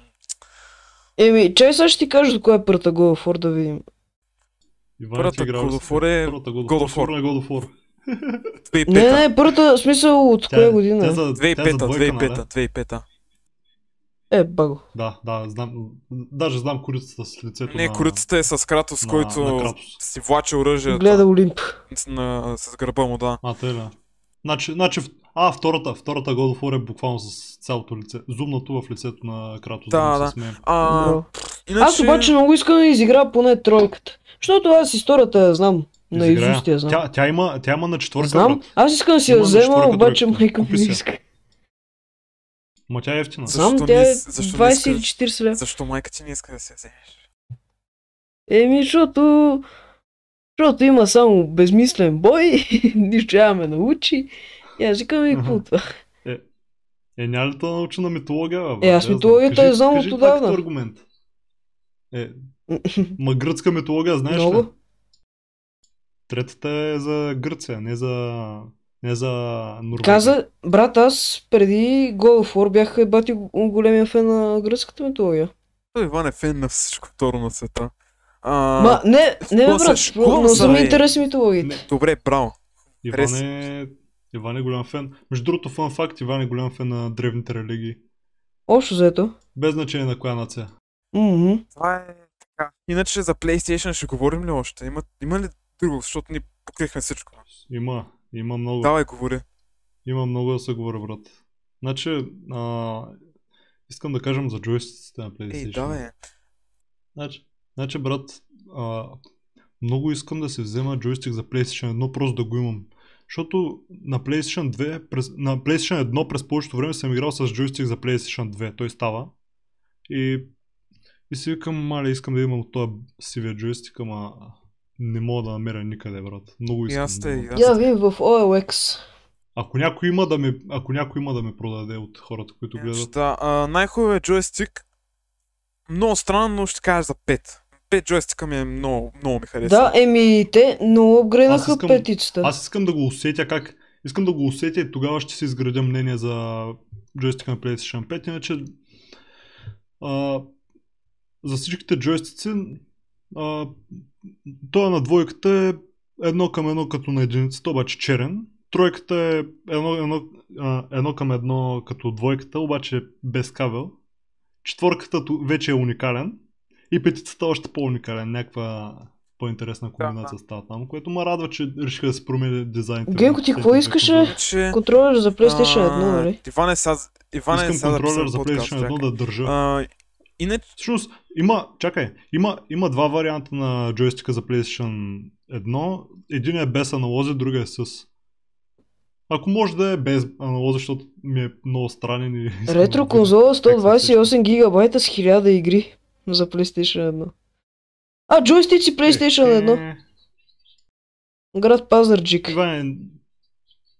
S2: Еми, чай сега ще ти кажа до коя е първата God of War да видим.
S1: Иване, ти
S3: първата
S1: играл
S3: God
S1: ли
S3: of
S1: си?
S3: War е
S1: Първата God of
S3: God
S1: War.
S3: of War.
S1: Сигурно е God of War.
S3: 2005-та.
S2: Не, не, първата в смисъл от
S1: Тя е-
S2: коя година
S1: тя
S2: е?
S1: за- тя е за
S3: 2005-та,
S1: двойка, нали?
S3: 2005-та, 2005-та.
S2: Е, баго.
S1: Да, да, знам. Даже знам корицата с лицето
S3: Не,
S1: на...
S3: корицата е с Кратос,
S1: на- на
S3: който
S1: Кратос.
S3: си влачи оръжията
S2: Гледа Олимп.
S3: на- с гърба му, да.
S1: А, тъй да. Значи, значи, в- а, втората, втората God of War е буквално с цялото лице. Зумнато в лицето на Кратос.
S3: Да,
S1: му се
S3: да.
S1: смеем.
S3: А,
S2: Браво.
S3: иначе...
S2: Аз обаче много искам да изигра поне тройката. Защото аз историята я знам. На
S1: Изиграя.
S2: изуст я знам.
S1: Тя, тя, има, тя има на четвърка,
S2: Знам.
S1: брат.
S2: Аз искам да си я
S1: Има на
S2: взема,
S1: четвърка
S2: обаче
S1: тройката.
S2: майка ми
S1: Купи
S2: не
S1: си я.
S2: иска.
S1: Ма тя е ефтина.
S3: За-
S2: Знам,
S3: Защо
S2: тя
S3: не
S2: е
S3: ис- защо не
S2: 20 или
S3: искаш?
S2: 40 лева.
S3: Защо майка ти не иска да се вземеш?
S2: Еми, защото... Защото има само безмислен бой, <laughs> нищо няма ме научи. И аз викам и
S1: Аха.
S2: какво това?
S1: Е, няма ли да научи на митология, бе, брат?
S2: Е, аз
S1: Я знам.
S2: митологията
S1: Кажи-
S2: я знам
S1: кажи
S2: отдавна.
S1: пак аргумент. Е,
S2: <laughs>
S1: ма гръцка митология, знаеш ли?
S2: Много.
S1: Третата е за Гърция, не за... Не за Норвегия.
S2: Каза, брат, аз преди God of War бях е бати големия фен на гръцката митология.
S3: Той Иван е фен на всичко второ на света. А,
S2: Ма, не, не бе,
S3: какво
S2: брат,
S3: се шкулам,
S2: но са ми
S3: бе?
S2: интересни митологиите.
S1: Не.
S3: Добре, браво.
S1: Иван
S3: Харесва.
S1: е... Иван е голям фен. Между другото, фан факт, Иван е голям фен на древните религии.
S2: Общо заето.
S1: Без значение на коя нация.
S2: Мгм.
S3: Това е така. Иначе за PlayStation ще говорим ли още? Има, има ли друго? Защото ни покрихме всичко.
S1: Има, Има много.
S3: Давай, говори.
S1: Има много да се говори, брат. Значи, а, искам да кажем за джойстиците на PlayStation.
S3: Ей, давай.
S1: Значи, значи брат, а, много искам да се взема джойстик за PlayStation 1, просто да го имам. Защото на PlayStation 2, през, на PlayStation 1 през повечето време съм играл с джойстик за PlayStation 2, той става. И, и си викам, мале, искам да имам този сивия джойстик, ама не мога да намеря никъде, брат. Много
S3: И
S1: искам.
S3: аз те,
S1: да.
S3: и аз
S2: Я
S3: те.
S2: ви в OLX.
S1: Ако някой има да ме, ако някой има да ме продаде от хората,
S3: Е,
S1: които гледат.
S3: Да, а, най-хубавият джойстик. Много странно, но ще кажа за 5. 5 джойстика ми е много, много ми харесва.
S2: Да, еми те, но
S1: Аз
S2: апгрейдаха
S1: искам-
S2: петицата.
S1: Аз искам да го усетя как. Искам да го усетя и тогава ще си изградя мнение за джойстика на PlayStation 5. Иначе а, за всичките джойстици а, той на двойката е едно към едно като на единицата, обаче черен. Тройката е едно, едно, а, едно към едно като двойката, обаче без кабел. Четворката ту- вече е уникален. И петицата още по-уникален, някаква по-интересна комбинация става там, което ме радва, че решиха да се промени дизайните.
S2: Генко, ти
S1: на тези
S2: какво
S1: две
S2: искаше?
S1: конзоли.
S3: Че...
S2: Контролер за PlayStation 1,
S3: а,
S2: нали?
S3: Иване, сега, Иване,
S1: Искам
S3: е сега да
S1: контролер
S3: писам
S1: за
S3: подкаст,
S1: PlayStation 1
S3: чакай.
S1: да държа.
S3: А, иначе,
S1: Всъщност, има, чакай, има, има два варианта на джойстика за PlayStation 1. Един е без аналози, другия е с. Ако може да е без аналози, защото ми е много странен и... искам да
S2: Ретро
S1: видя.
S2: конзола
S1: се
S2: 128 гигабайта с 1000 игри за PlayStation 1. А, джойстици PlayStation 1.
S1: Е,
S2: Град Пазарджик.
S1: Иване...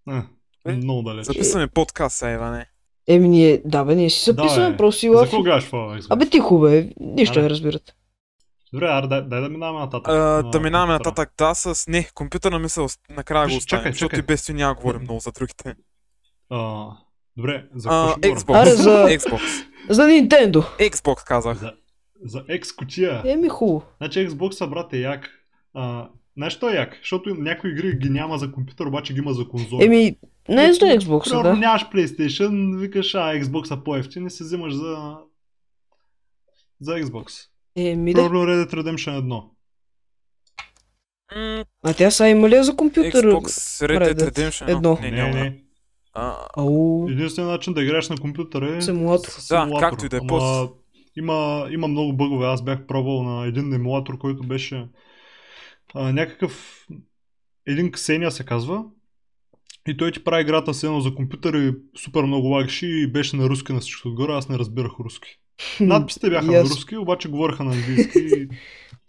S1: А,
S3: Е,
S1: много далеч.
S3: записваме подкаст, сега, Иване.
S2: Еми ние, да бе, ние си записваме,
S1: бе.
S2: просто си
S1: е. За
S2: лафи.
S1: какво гледаш това, Алекс?
S2: Абе ти хубаве, нищо
S1: Абе.
S2: не разбират.
S1: Добре, аре, дай, дай да минаваме нататък.
S3: А,
S1: На
S3: да минаваме
S1: компютъра.
S3: нататък, да, с... Не, компютърна мисъл, с- накрая го
S1: Виж,
S3: оставим,
S1: чакай,
S3: защото и
S1: чакай.
S3: без ти няма да говорим много за другите.
S1: А, добре, за какво
S3: А,
S1: ще говорим?
S3: Xbox.
S2: Аре, за-
S3: Xbox.
S2: За Nintendo.
S3: Xbox казах.
S1: За, за X кутия.
S2: Еми хубаво.
S1: Значи Xbox, брат, е як. А, знаеш, той е як, защото им- някои игри ги няма за компютър, обаче ги има за конзоли.
S2: Еми, не е за
S1: Примерно
S2: Xbox, да.
S1: нямаш PlayStation, викаш, а, Xbox е по-ефтин и се взимаш за... За Xbox.
S2: Еми да.
S1: Примерно Red Dead Redemption 1.
S3: М,
S2: А тя са има ли я за компютър?
S3: Xbox Red
S2: Red
S3: Dead
S2: Dead
S3: Redemption
S2: едно.
S3: Не,
S1: Не,
S3: няма. да.
S1: не.
S3: А,
S2: Ау,
S1: Единственият начин да играеш на компютъра е...
S2: Симулатор.
S1: с
S3: Да,
S1: симулатор.
S3: както и да е,
S1: Ама
S3: после.
S1: Има, има много бъгове. Аз бях пробвал на един емулатор, който беше а, някакъв... Един Ксения се казва. И той ти прави играта с едно за компютър и супер много лагши и беше на руски на всичко отгоре. Аз не разбирах руски. Надписите бяха на
S2: Ясно.
S1: руски, обаче говореха на английски.
S2: <laughs>
S1: и,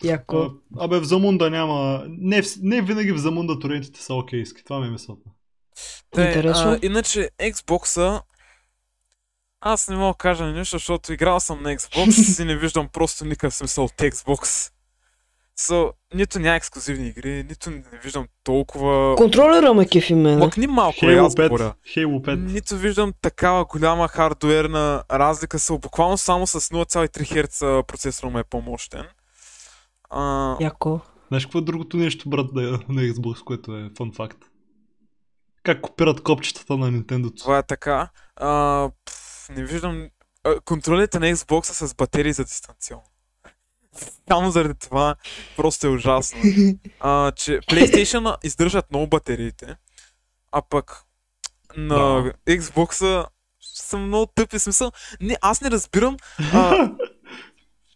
S2: яко.
S1: а, Абе, в Замунда няма... Не, в- не винаги в Замунда торентите са окейски. Това ми е мисълта.
S3: Те,
S2: Интересно.
S3: а, иначе Xbox-а... Аз не мога да кажа нищо, защото играл съм на Xbox и не виждам просто никакъв смисъл от Xbox. So, нито няма ексклюзивни игри, нито не виждам толкова...
S2: Контролера ме кефи мен.
S3: Мъкни малко, и
S1: Halo
S3: аз
S1: 5.
S3: говоря.
S1: Halo 5.
S3: Нито виждам такава голяма хардуерна разлика, са буквално само с 0,3 Hz процесора му е по-мощен. А,
S2: Яко.
S1: Знаеш какво е другото нещо, брат, да е на Xbox, което е фан факт? Как копират копчетата на Nintendo?
S3: Това е така. А, пф, не виждам. А, контролите на Xbox са с батерии за дистанционно. Само заради това просто е ужасно. А, че PlayStation издържат много батериите, а пък на
S1: Да.
S3: Xbox са много тъпи. Смисъл, не, аз не разбирам. А,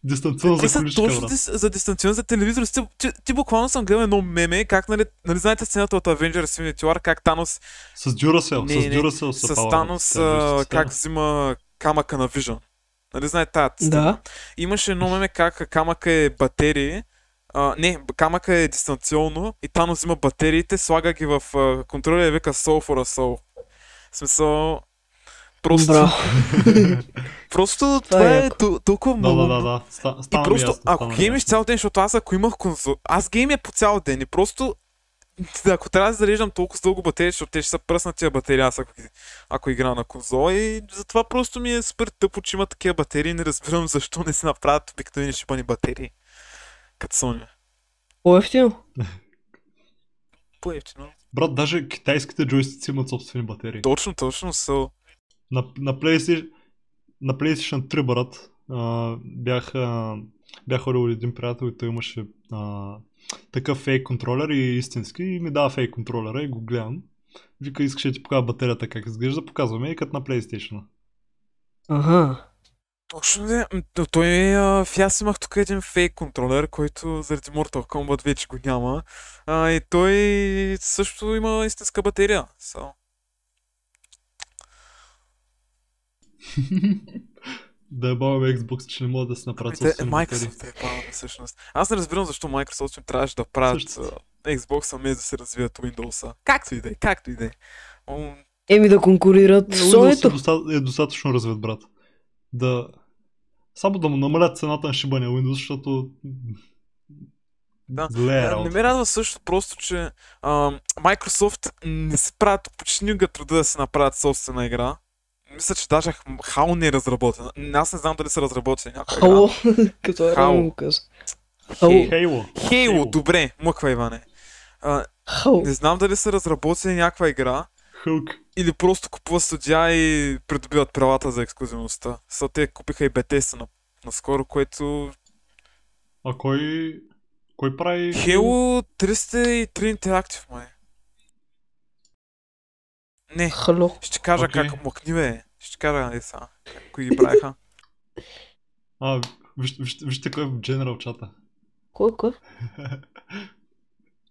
S1: Дистанционна
S3: те са
S1: заколичка,
S3: точно
S1: брат.
S3: дис- за дистанционно за телевизор. Ти, ти, ти, буквално съм гледал едно меме, как, нали, нали знаете сцената от Avengers Infinity War, как Танос
S1: С Duracell,
S3: Не,
S1: с
S3: не,
S1: Duracell са
S3: с
S1: пала е
S3: Танос
S1: тези
S3: а,
S1: жестици.
S3: как взима камъка на Vision. Нали знаете тази сцена?
S2: Да.
S3: Имаше едно меме как камъка е батерии, а, не, б- камъка е дистанционно и Танос взима батериите, слага ги в а, контроля и вика Soul for a Soul. В смисъл, просто,
S2: Браво.
S3: <laughs> просто
S2: Това е
S3: това е
S2: яко.
S3: тол- толкова
S1: Да,
S3: много.
S1: да, да, да. Ста,
S3: И
S1: стана ми
S3: просто,
S1: ясно,
S3: ако
S1: стана ми
S3: геймиш цял ден, защото аз ако имах конзол, аз геймя по цял ден и просто, ако трябва да зареждам толкова дълго батерия, защото те ще са пръснати тия батерии, аз ако, ги- ако игра на конзола и затова просто ми е супер тъпо, че има такива батерии, не разбирам <laughs> защо не се направят обикновени шипани батерии. Като Sony.
S2: По-ефтино.
S3: По-ефтино.
S1: Брат, даже китайските джойстици имат собствени батерии.
S3: Точно, точно са.
S1: На, на, PlayStation, на PlayStation 3, брат, а, бях, а, бях ходил един приятел и той имаше а, такъв фейк контролер и истински и ми дава фейк контролера и го гледам. Вика, искаш да ти покажа батерията как изглежда, показваме и като на PlayStation.
S2: Аха.
S3: Точно ли? М, то- Той, а, в- аз имах тук един фейк контролер, който заради Mortal Kombat вече го няма. А, и той също има истинска батерия. Само.
S1: да ебаваме Xbox, че не могат да се
S3: Ами
S1: направят
S3: те,
S1: собствени батерии.
S3: Microsoft е бавна всъщност. Аз не разбирам защо Microsoft им трябваше да правят
S1: Също.
S3: а, Xbox-а вместо да се развият Windows-а. Както и да е, както и да е. М,
S2: Еми да конкурират с
S1: Windows е,
S2: Sony-то.
S1: доста... е достатъчно развит, брат. Да... Само да му намалят цената на шибания Windows, защото...
S3: Да.
S1: Зле е
S3: А, Не
S1: работа.
S3: ме радва също просто, че а, Microsoft не си правят почти никога труда да си направят собствена игра. Мисля, че даже HAL не е разработена. Н- Аз не знам дали са разработили някаква игра.
S2: Ало, <laughs> като е
S3: Хао.
S2: рано го каза.
S3: Хей-
S1: Halo.
S3: Halo,
S1: Halo.
S3: добре, мъква Иване. А,
S2: Хау.
S3: не знам дали са разработили някаква игра
S1: Hulk.
S3: или просто купуват студия и придобиват правата за ексклюзивността. Са те купиха и Bethesda на, наскоро, което...
S1: А кой... Кой прави...
S3: Halo 303 Interactive, май. Не,
S2: Хало.
S3: Ще кажа
S1: Окей.
S3: как мъкни бе. Ще кажа не са. Кои ги правиха.
S1: А, вижте, вижте, вижте кой е в General чата.
S2: Кой, кой?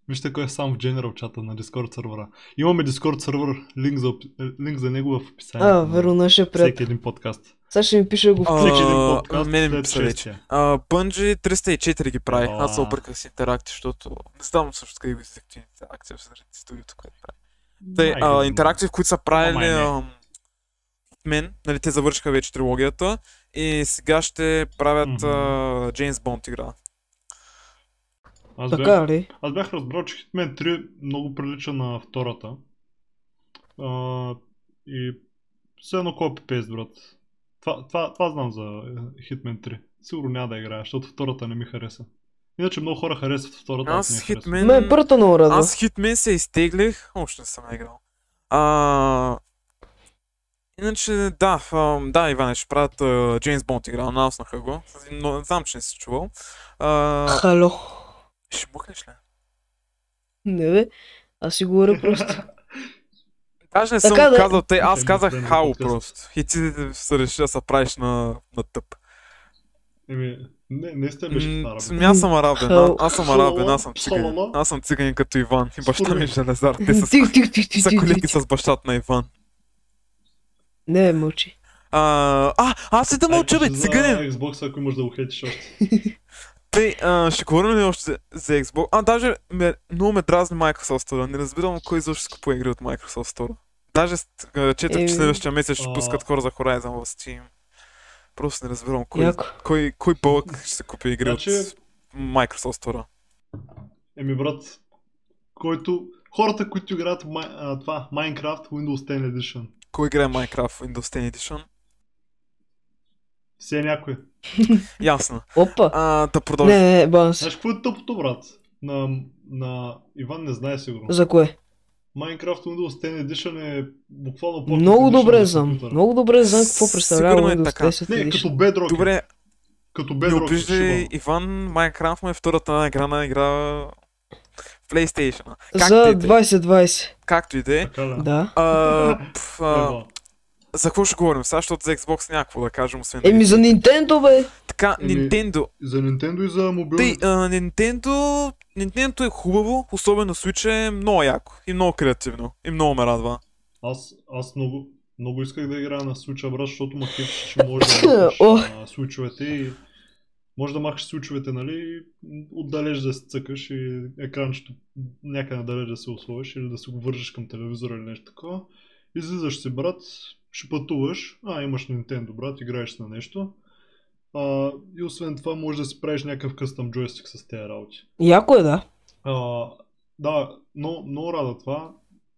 S1: Вижте кой е сам в General чата на Discord сервера. Имаме Discord сервер, линк за, опи- линк за него в описанието.
S2: А,
S1: на
S2: верно, нашия
S1: Всеки
S2: приятел.
S1: един подкаст.
S2: Сега ще ми пише да го
S3: А,
S1: Всеки един подкаст.
S3: мене ми
S1: след
S3: писа вече.
S1: шестия.
S3: А, Bungie 304 ги прави. Аз се
S1: А.
S3: обърках с Interactive, защото не знам също къде го изтекти Interactive заради студиото, което прави. Те,
S1: Майка
S3: а,
S1: му.
S3: Interactive, които са
S1: Ама
S3: правили
S1: и не.
S3: ам, Hitman, нали, те завършиха вече трилогията и сега ще правят
S1: Мгм.
S3: а, Джеймс Бонд игра.
S1: Аз бях,
S2: Така нали? ли?
S1: аз бях разбрал, че Hitman 3 много прилича на втората. А, и все едно копи пейст, брат. Това, това, това знам за е, Hitman 3. Сигурно няма да играя, защото втората не ми хареса. Иначе много хора харесват втората.
S3: Аз
S1: не я харесвам.
S3: Hitman...
S2: Ме е първата много радва.
S3: Аз Hitman се изтеглих, още не съм я играл. А, иначе, да, а, да, Иване, ще правят а, Джеймс Бонд игра, анонснаха го, но знам, че не си чувал. А,
S2: Хало.
S3: ще мухнеш ли?
S2: Не бе. Аз си говоря просто.
S3: Даже не съм
S2: Така
S3: го
S2: да е.
S3: казал, те, аз
S1: Ще
S3: казах
S1: мухнем на
S3: хало
S1: подкаст.
S3: просто. И ти се реши да се правиш на, на тъп.
S1: <laughs> Еми, не, не сте беше
S3: М,
S1: стара. бе.
S3: ами Аз съм арабен, а- аз съм арабен, аз съм
S1: Салала.
S3: циганин. Аз съм циганин като Иван и баща ми е
S1: Според.
S3: Железар. Те са,
S2: Тих, тих, тих, тих,
S3: са
S2: тих,
S3: колеги
S2: тих.
S3: с бащата на Иван.
S2: Не, мълчи.
S3: А, а, аз и да мълча, бе,
S1: Айде,
S3: циганин!
S1: За Xbox, ако имаш да го хейтиш още.
S3: Тъй, а, ще говорим ли още за, за Xbox? А, даже ме, много ме дразни Microsoft Store. Не разбирам кой изобщо си купува игри от Microsoft Store. Даже с- а, четах,
S2: Еми.
S3: че следващия месец ще
S1: А.
S3: пускат хора за Horizon в Steam. Просто не разбирам кой,
S2: Яко.
S3: кой, кой бълък ще се купи игри
S1: Значи-
S3: от Microsoft Store.
S1: Еми, брат, който... Хората, които играят май, а, това, Minecraft Windows 10 Edition.
S3: Кой играе Minecraft в Windows 10 Edition?
S1: Все някой.
S3: Ясно.
S2: Опа.
S3: А, да
S2: Не,
S3: продължим.
S2: не, не, бавам се.
S1: Знаеш какво е тъпото, брат? На, на Иван не знае сигурно.
S2: За кое?
S1: Minecraft Windows 10 Edition е буквално по
S2: Много добре знам. Много добре знам какво представлява
S3: Сигурно е
S2: Windows
S3: така.
S2: 10
S1: е Не,
S2: Edition.
S1: като Bedrock. Добре.
S3: Добре,
S1: Като
S3: не
S1: Bedrock. е
S3: обиждай
S1: шибано.
S3: Иван, Minecraft му е втората игра на игра в PlayStation. Както
S2: За
S3: и да е.
S2: 2020.
S3: Както и да е.
S1: Така да.
S2: Да.
S3: А, пф, а,
S1: Ева.
S3: За какво ще говорим сега, защото за Xbox някакво да кажем, освен...
S2: Еми за Nintendo бе.
S3: Така,
S1: Еми,
S3: Nintendo.
S1: За Nintendo и за мобилни.
S3: Тъй, а, Nintendo... Nintendo е хубаво, особено Switch е много яко и много креативно. И много ме радва.
S1: Аз, аз много, много исках да играя на Switch, брат, защото макив, че може да махаш
S2: Ох.
S1: а, свичовете и може да махаш свичовете, нали, и отдалеч да се цъкаш и екранчето някъде далеч да се условиш или да се го вържеш към телевизора или нещо такова. Излизаш си, брат, ще пътуваш, а, имаш Nintendo, брат, играеш на нещо. А, и освен това може да си правиш някакъв къстъм джойстик с тези работи.
S2: Яко е да.
S1: А, да, но много рада това.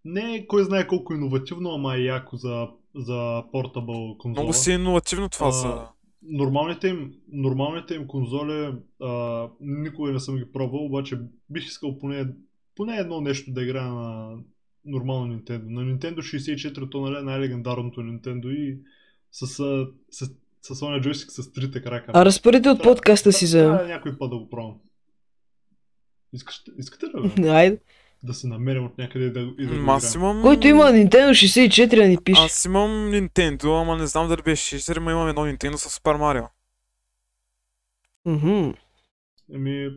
S1: Не е кой знае колко иновативно, ама е яко за, за портабъл конзола.
S3: Много си е иновативно това
S1: А,
S3: за...
S1: Нормалните им, нормалните им конзоли а, никога не съм ги пробвал, обаче бих искал поне, поне едно нещо да играя на нормално Nintendo. На Nintendo 64 то нали, е най-легендарното Nintendo и с, а, с, с, с оня джойстик с трите крака.
S2: А разпарите от
S1: Трябва-
S2: подкаста си
S1: трябва-
S2: вземем. <laughs>
S1: трябва Някой път да го пробвам. Искаш, искате ли? бе?
S2: Айде.
S1: да се намерим от някъде и да, и да го
S3: М, Аз
S1: играем.
S3: имам...
S2: Който има Nintendo 64 да ни пише.
S3: Аз имам Nintendo, ама не знам дали беше 64, ама имам едно Nintendo с Super Mario.
S2: Мгм.
S1: Еми, Ами,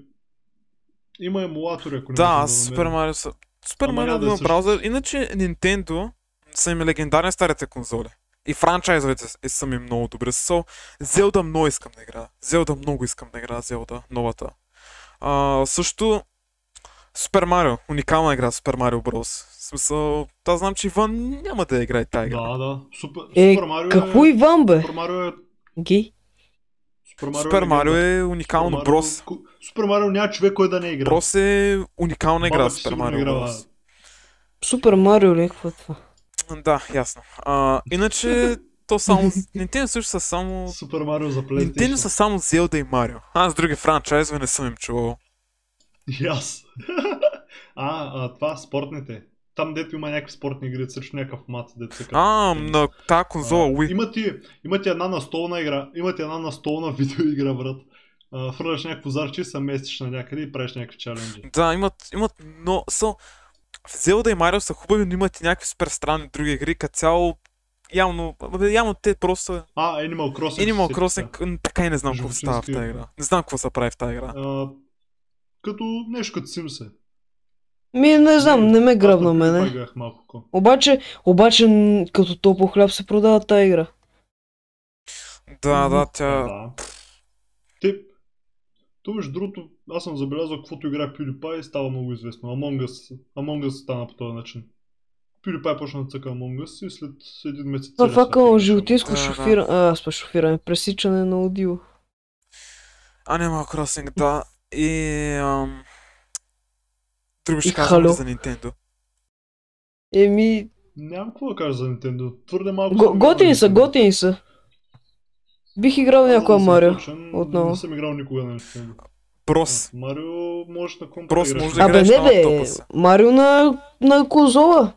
S1: има емулатори, ако не
S3: Да,
S1: можем
S3: аз Super
S1: намерим.
S3: Mario са... Super
S1: Ама
S3: Mario
S1: няма да е
S3: да
S1: същото.
S3: браузър, иначе Nintendo са им легендарни старите конзоли. И франчайзовете с- са ми много добри. Со, Зелда много искам да игра. Зелда много искам да игра, Зелда, новата. А, също Super Mario, уникална игра Super Mario Bros. В смисъл, аз знам, че Иван няма да играе тази игра.
S1: Да, да. Супер,
S2: Е,
S1: Супер Марио
S2: Какво
S1: е...
S2: Иван бе?
S1: Супер Марио е...
S2: Ги.
S1: Супер Марио,
S3: Super
S1: легенда.
S3: Mario е уникално
S1: Супер Марио-
S3: Bros.
S1: ку- Супер Марио няма човек, който да не е играл.
S3: Прос е уникална игра,
S1: Баба ти
S3: Super
S1: сигурно
S3: Mario
S1: играла.
S3: Bros.
S2: Супер Марио ли е какво е това?
S3: Да, ясно. А, иначе, то само... Nintendo също са само...
S1: Супер Марио за PlayStation.
S3: Nintendo са само Zelda и Марио. Аз други франчайзове не съм им чувал.
S1: И аз. <laughs> а, а, това спортните. Там дето има някакви спортни игри, също някакъв мат, дето се казва.
S3: А, на тази
S1: А,
S3: конзола Wii.
S1: Има ти, има ти една настолна игра, има ти една настолна <laughs> видеоигра, брат. А, Фърляш някакво зарче, се местиш на някъде и правиш някакви чаленджи.
S3: Да, имат, имат но... Са... Zelda и Марио са хубави, но имат и някакви супер странни други игри. Като цяло, явно, бе, явно те просто...
S1: А, Animal Crossing.
S3: Animal
S1: се сетих, да.
S3: Crossing, м, така и не знам какво
S1: Животинска
S3: става в тази
S1: игра.
S3: игра. Не знам какво се прави в тази игра.
S1: А, като нещо като Sims е.
S2: Ми не знам, не ме гръбна
S1: Аз
S2: мене.
S1: напрегах малко. ко.
S2: Обаче, обаче м, като топо хляб се продава тази игра.
S3: Да, да, тя...
S1: Да. Те, то между другото, аз съм забелязал, каквото игра PewDiePie става много известно. Among Us, Among Us стана по този начин. PewDiePie почна да цъка Among Us и след един месец...
S2: Това
S1: целият свят е
S2: фака
S1: играеше
S2: животинско
S3: Да, да.
S2: шофиране, а, спа шофиране, пресичане на аудио.
S3: Animal Crossing, да. И... Ам... Друго
S2: И
S3: ще казвам
S2: Halo.
S3: ли за Nintendo.
S2: Еми,
S1: Among Us. Нямам какво да кажа за Nintendo. Твърде малко...
S2: го-
S1: съм играл
S2: готини
S1: на
S2: са,
S1: Nintendo.
S2: готини са. Бих играл
S1: Аз, за да
S2: някоя
S1: съм
S2: Марио.
S1: точен,
S2: отново.
S1: Не съм играл никога на Nintendo.
S3: Брос.
S1: А, Марио можеш на компа
S3: Просто
S1: да играеш.
S3: може да
S2: Абе
S3: играеш
S2: не
S3: само на
S2: бе,
S3: топа си.
S2: Марио на, на конзола.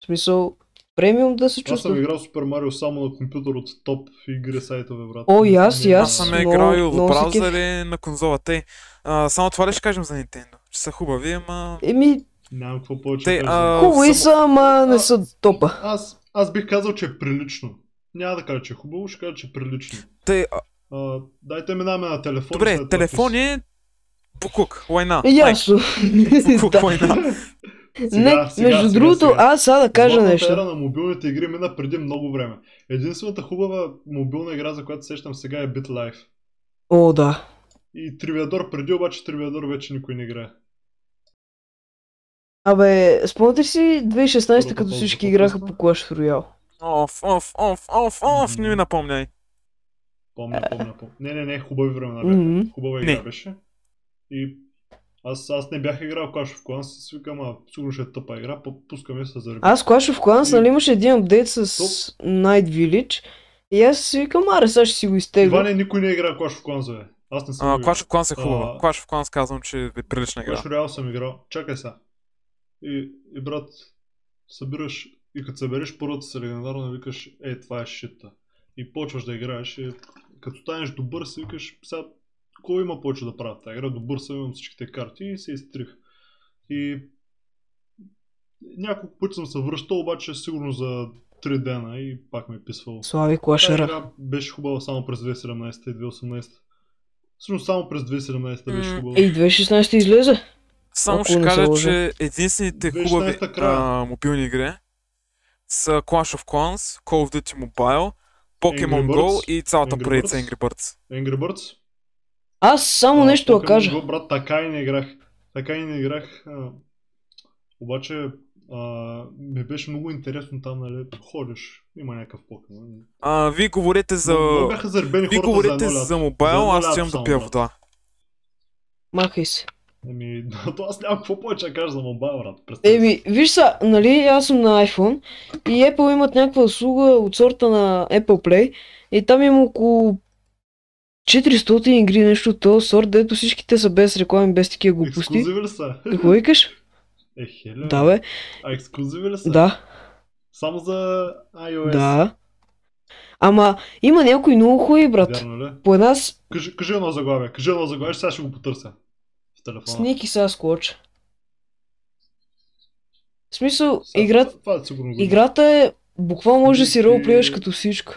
S2: В смисъл, премиум да се
S1: Аз съм
S2: чувства.
S1: играл Супер Марио само на компютър от топ игри сайтове, брат.
S2: О, и аз, и
S1: Не,
S2: аз.
S3: Аз съм е
S2: много-
S3: играл и в
S2: много се кефих.
S3: браузъри на конзолата. Е, а, само това ли ще кажем за Nintendo? Че са хубави, ама...
S2: Еми,
S1: Нямам какво повече
S3: Те,
S1: да кажа.
S3: а,
S2: хубави
S3: само-
S2: са, ама не са топа.
S1: Аз, аз бих казал, че е прилично. Няма да кажа, че е хубаво, ще кажа, че е прилично.
S3: Те, а,
S1: А, дайте минаваме на телефон.
S3: добре, телефон е... Букук, лайна.
S2: Ясно. <laughs>
S3: Букук,
S2: Да.
S3: лайна.
S1: Сега,
S2: Не,
S1: сега,
S2: между
S1: сега,
S2: другото,
S1: сега.
S2: аз сега да кажа нещо.
S1: ера на мобилните игри мина преди много време. Единствената хубава мобилна игра, за която сещам сега е BitLife.
S2: О, да.
S1: И Тривиадор преди, обаче Тривиадор вече никой не играе.
S2: Абе, спомняте ли си 2016
S1: Първата
S2: като
S1: полза
S2: всички
S1: по
S2: играха по
S1: Кръста?
S2: Clash Royale?
S3: Оф, оф, оф, оф, оф, не ми напомняй.
S1: Помня, помня, помня. Не, не, не, хубави времена бяха.
S2: Мгм.
S1: Хубава игра
S3: Не.
S1: беше. И аз, аз не бях играл в Clash of Clans, си викам, а сигурно ще е тъпа игра, по- пускаме се заради.
S2: Аз Clash of Clans,
S1: И-
S2: нали имаше един апдейт с Night Village и аз си викам, аре сега ще си го изтегля.
S1: Иване, никой не е играл в Clash of Clans, бе. Аз не съм
S3: А,
S1: го играл.
S3: Clash of Clans е хубава.
S1: А.
S3: Clash of Clans казвам, че е прилична игра.
S1: Clash Royale съм играл. Чакай сега. И, и брат, събираш и като събереш първата си легендарна, викаш, е, това е шита. И почваш да играеш. И, като станеш добър, си викаш, сега, кой има повече да правя тази игра? Добър съм, имам всичките карти и се изтрих. И няколко пъти съм се връщал, обаче сигурно за 3 дена и пак ме е писвало.
S2: Слави
S1: Тази
S2: Клашера.
S1: игра беше хубава само през 2017 и 2018. Всъщност само през 2017 беше
S3: М,
S1: хубава.
S2: Ей, 2016 излезе.
S3: Само
S2: Ако
S3: ще
S2: не се
S3: кажа,
S2: лъжа.
S3: че единствените
S1: Виж,
S3: хубави
S1: днес на края.
S3: а, мобилни игри са Clash of Clans, Call of Duty Mobile, Pokemon
S1: Angry
S3: Go
S1: Birds.
S3: и цялата
S1: Angry
S3: поредица
S1: Birds.
S3: Angry Birds.
S1: Angry Birds?
S2: Аз само
S1: А,
S2: нещо да
S1: Pokemon
S2: кажа.
S1: Go, брат, така и не играх. Така и не играх. А, обаче, а, ми беше много интересно там, нали, ходиш. Има някакъв покемон.
S3: А, вие говорите за...
S1: Много бяха заребени
S3: Вие
S1: хората
S3: говорите
S1: за едно
S3: за
S1: лято.
S3: мобайл,
S1: едно
S3: аз
S1: лято
S3: имам да
S1: само,
S3: пия
S1: брат.
S3: вода.
S2: Махай се.
S1: Еми, <laughs> да, то аз нямам какво повече да кажа за мобайл, брат. Представи си.
S2: Еми, виж са, нали, аз съм на iPhone и Apple имат някаква услуга от сорта на Apple Play и там има около 400 игри, нещо от този сорт, дето всичките са без реклами, без такива глупости.
S1: Ексклюзиви ли са?
S2: Какво викаш?
S1: Е, хеле.
S2: Да, бе,
S1: А ексклюзиви ли са?
S2: да,
S1: Само за iOS.
S2: да. Ама, има някои много хубави, брат.
S1: Вярно ли?
S2: По една с...
S1: Кажи, кажи едно заглавие. Кажи едно заглавие, сега ще го потърся. В телефона.
S2: Сники сега скоч. В смисъл,
S1: Сега,
S2: играта,
S1: Това е сигурно. го има.
S2: играта е... Буквално може да си
S1: Ти-
S2: ролплееш като всичко.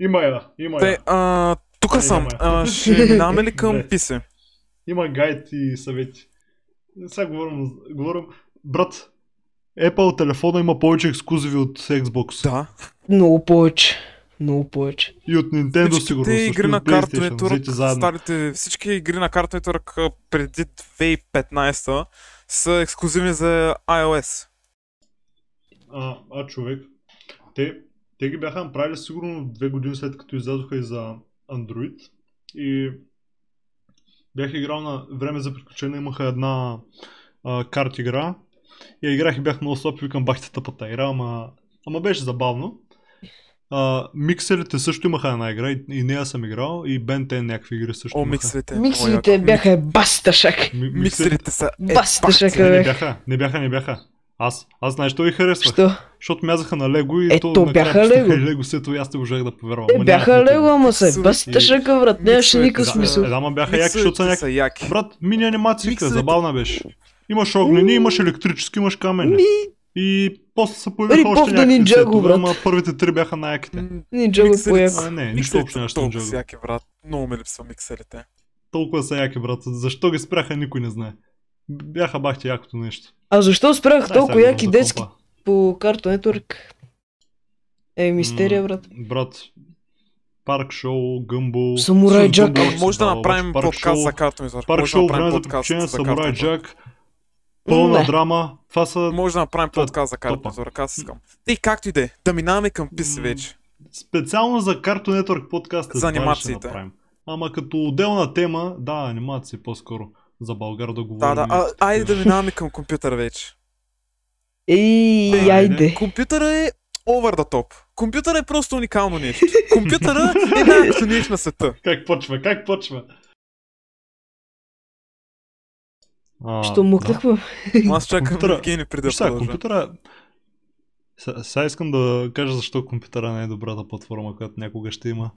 S1: Има я, има
S3: Те,
S1: я.
S3: а, тук
S1: Ай,
S3: съм.
S1: няма.
S2: <laughs>
S3: А, ще минаваме ли към
S1: Добре.
S3: писе?
S1: Има гайд и съвети. Сега говорим, говорим. Брат, Apple телефона има повече ексклюзиви от Xbox.
S3: Да.
S2: Много повече. Много повече.
S1: И от Nintendo сигурно. също
S3: Всичките игри
S1: и
S3: на
S1: от PlayStation,
S3: картовия турък,
S1: взети заедно.
S3: старите, всички игри на картовия турък а, преди 2015 са ексклюзивни за iOS.
S1: А, а човек. Те, те ги бяха направили сигурно две години след като излязоха и за Android. И бях играл на време за приключения, имаха една а, карт игра. И я играх и бях много слаб и викам бахте тъпата игра, ама, ама беше забавно. А, миксерите също имаха една игра и, и нея съм играл и Ben 10 някакви игри също
S3: О,
S1: имаха.
S3: миксерите. е много
S2: Миксите
S3: яко.
S2: бяха е баста шак.
S1: Ми-
S3: Ми- Миксерите са е,
S2: Баста
S3: пак.
S2: шак,
S1: Не, не
S2: бе.
S1: бяха, не бяха, не бяха. Аз, аз знаеш, той ги харесвах.
S2: Що?
S1: Защото мязаха на Лего и
S2: Е, то
S1: накрая
S2: бяха
S1: пуснаха
S2: Лего.
S1: и Лего след това и аз не можах да повярвам.
S2: Те
S1: Ама
S2: бяха
S1: нямах
S2: лего,
S1: никакъв
S2: ама са
S3: Миксовете-
S2: е баста шака, брат. Нямаше
S3: миксовете,
S2: никакъв
S3: да.
S2: смисъл.
S1: Да, ама бяха яки, защото
S3: Миксерите
S1: са някакви...
S3: са яки.
S1: Брат, мини анимациите,
S3: Миксерите-
S1: забавна беше. Имаш огнени, имаш електрически, имаш камъни.
S2: Ми,
S1: И после се появиха
S2: Рипов
S1: още
S2: на
S1: някакви
S2: Ninjago,
S1: сетове,
S2: брат.
S1: ама първите три бяха най-яките.
S3: М,
S2: Нинджаго
S3: Миксерите
S2: пояк.
S1: А, не, нищо
S3: миксерите
S1: общо
S3: са
S1: няма с
S3: толкова
S1: Ninjago.
S3: яки, брат. Много ме липсва миксерите.
S1: Толкова са яки, брат. Защо ги спряха, никой не знае. Бяха бахте якото нещо.
S2: А защо спрях
S1: Дай
S2: толкова
S1: сега
S2: яки
S1: за компа.
S2: детски по Cartoon Network? Е, мистерия,
S1: М,
S2: брат.
S1: Брат, Парк Шоу, Гъмбо...
S2: Самурай
S1: Сус
S2: Джак.
S1: Гъмбо
S3: А,
S1: още
S3: може да
S1: дава, обаче
S3: направим
S1: Парк
S3: подкаст
S1: Шоу-
S3: за картони турък.
S1: Парк
S3: Може да
S1: Шоу, време
S3: направим
S1: за
S3: подкаст
S1: приключения,
S3: за
S1: Самурай
S3: картони турък.
S1: Джак, пълна
S2: Не.
S1: драма. Това са
S3: Може да направим
S1: Това-
S3: подкаст за картони
S1: топа.
S3: турък, аз искам. И както и да е, да минаваме към писи
S1: М,
S3: вече.
S1: специално за Cartoon Network подкаста.
S3: За
S1: това ли ще
S3: анимациите.
S1: направим. Ама като отделна тема, да, анимации по-скоро. За Българ да говорим.
S3: Да, да, а,
S1: Нещо
S3: айде да
S1: такова.
S3: минаваме към компютър вече.
S2: Ей,
S1: Айде.
S2: айде.
S3: Компютъра е over the top. Компютъра е просто
S1: <laughs>
S3: уникално нещо. Компютъра е най-якото нещо на света.
S1: Как почва, как почва? А,
S2: Що мъкнахме?
S3: Но Аз чакам
S1: Компютъра-
S3: Евгений преди
S1: Виж
S3: да
S1: сега,
S3: продължа.
S1: компютъра... Се- Сега искам да кажа защо компютъра не е добрата платформа, която някога ще има.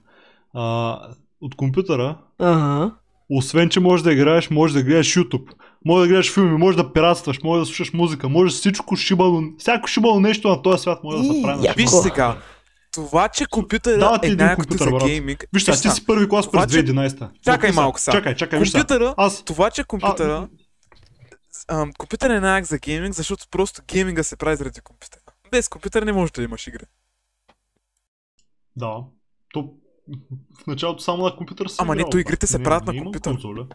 S1: А, от компютъра,
S2: Ага.
S1: освен че можеш да играеш, можеш да гледаш YouTube, можеш да гледаш филми, можеш да пиратстваш, можеш да слушаш музика, можеш всичко шибано, всяко шибано нещо на този свят може да се
S2: И,
S1: прави.
S2: яко.
S1: на
S3: Виж
S1: компютъра.
S3: сега, това, че компютъра
S1: Дава ти
S3: е
S1: един
S3: най-якото
S1: компютър,
S3: за
S1: брат.
S3: гейминг...
S1: Виж сега,
S3: виж
S1: ти
S3: сега,
S1: си първи клас през
S3: Обаче-
S1: 2011.
S3: Чакай
S1: Виж сега,
S3: малко сега.
S1: Чакай, чакай, виж сега.
S3: Компютъра,
S1: Аз
S3: това, че компютъра... Ам, компютър е най-як за гейминг, защото просто гейминга се прави заради компютъра. Без компютър не можеш да имаш игри.
S1: Да. То в началото само на компютър се
S3: Ама не,
S1: играл,
S3: то
S1: брат.
S3: игрите се
S1: Не-
S3: правят
S1: не
S3: на
S1: има
S3: компютър.
S1: конзоля.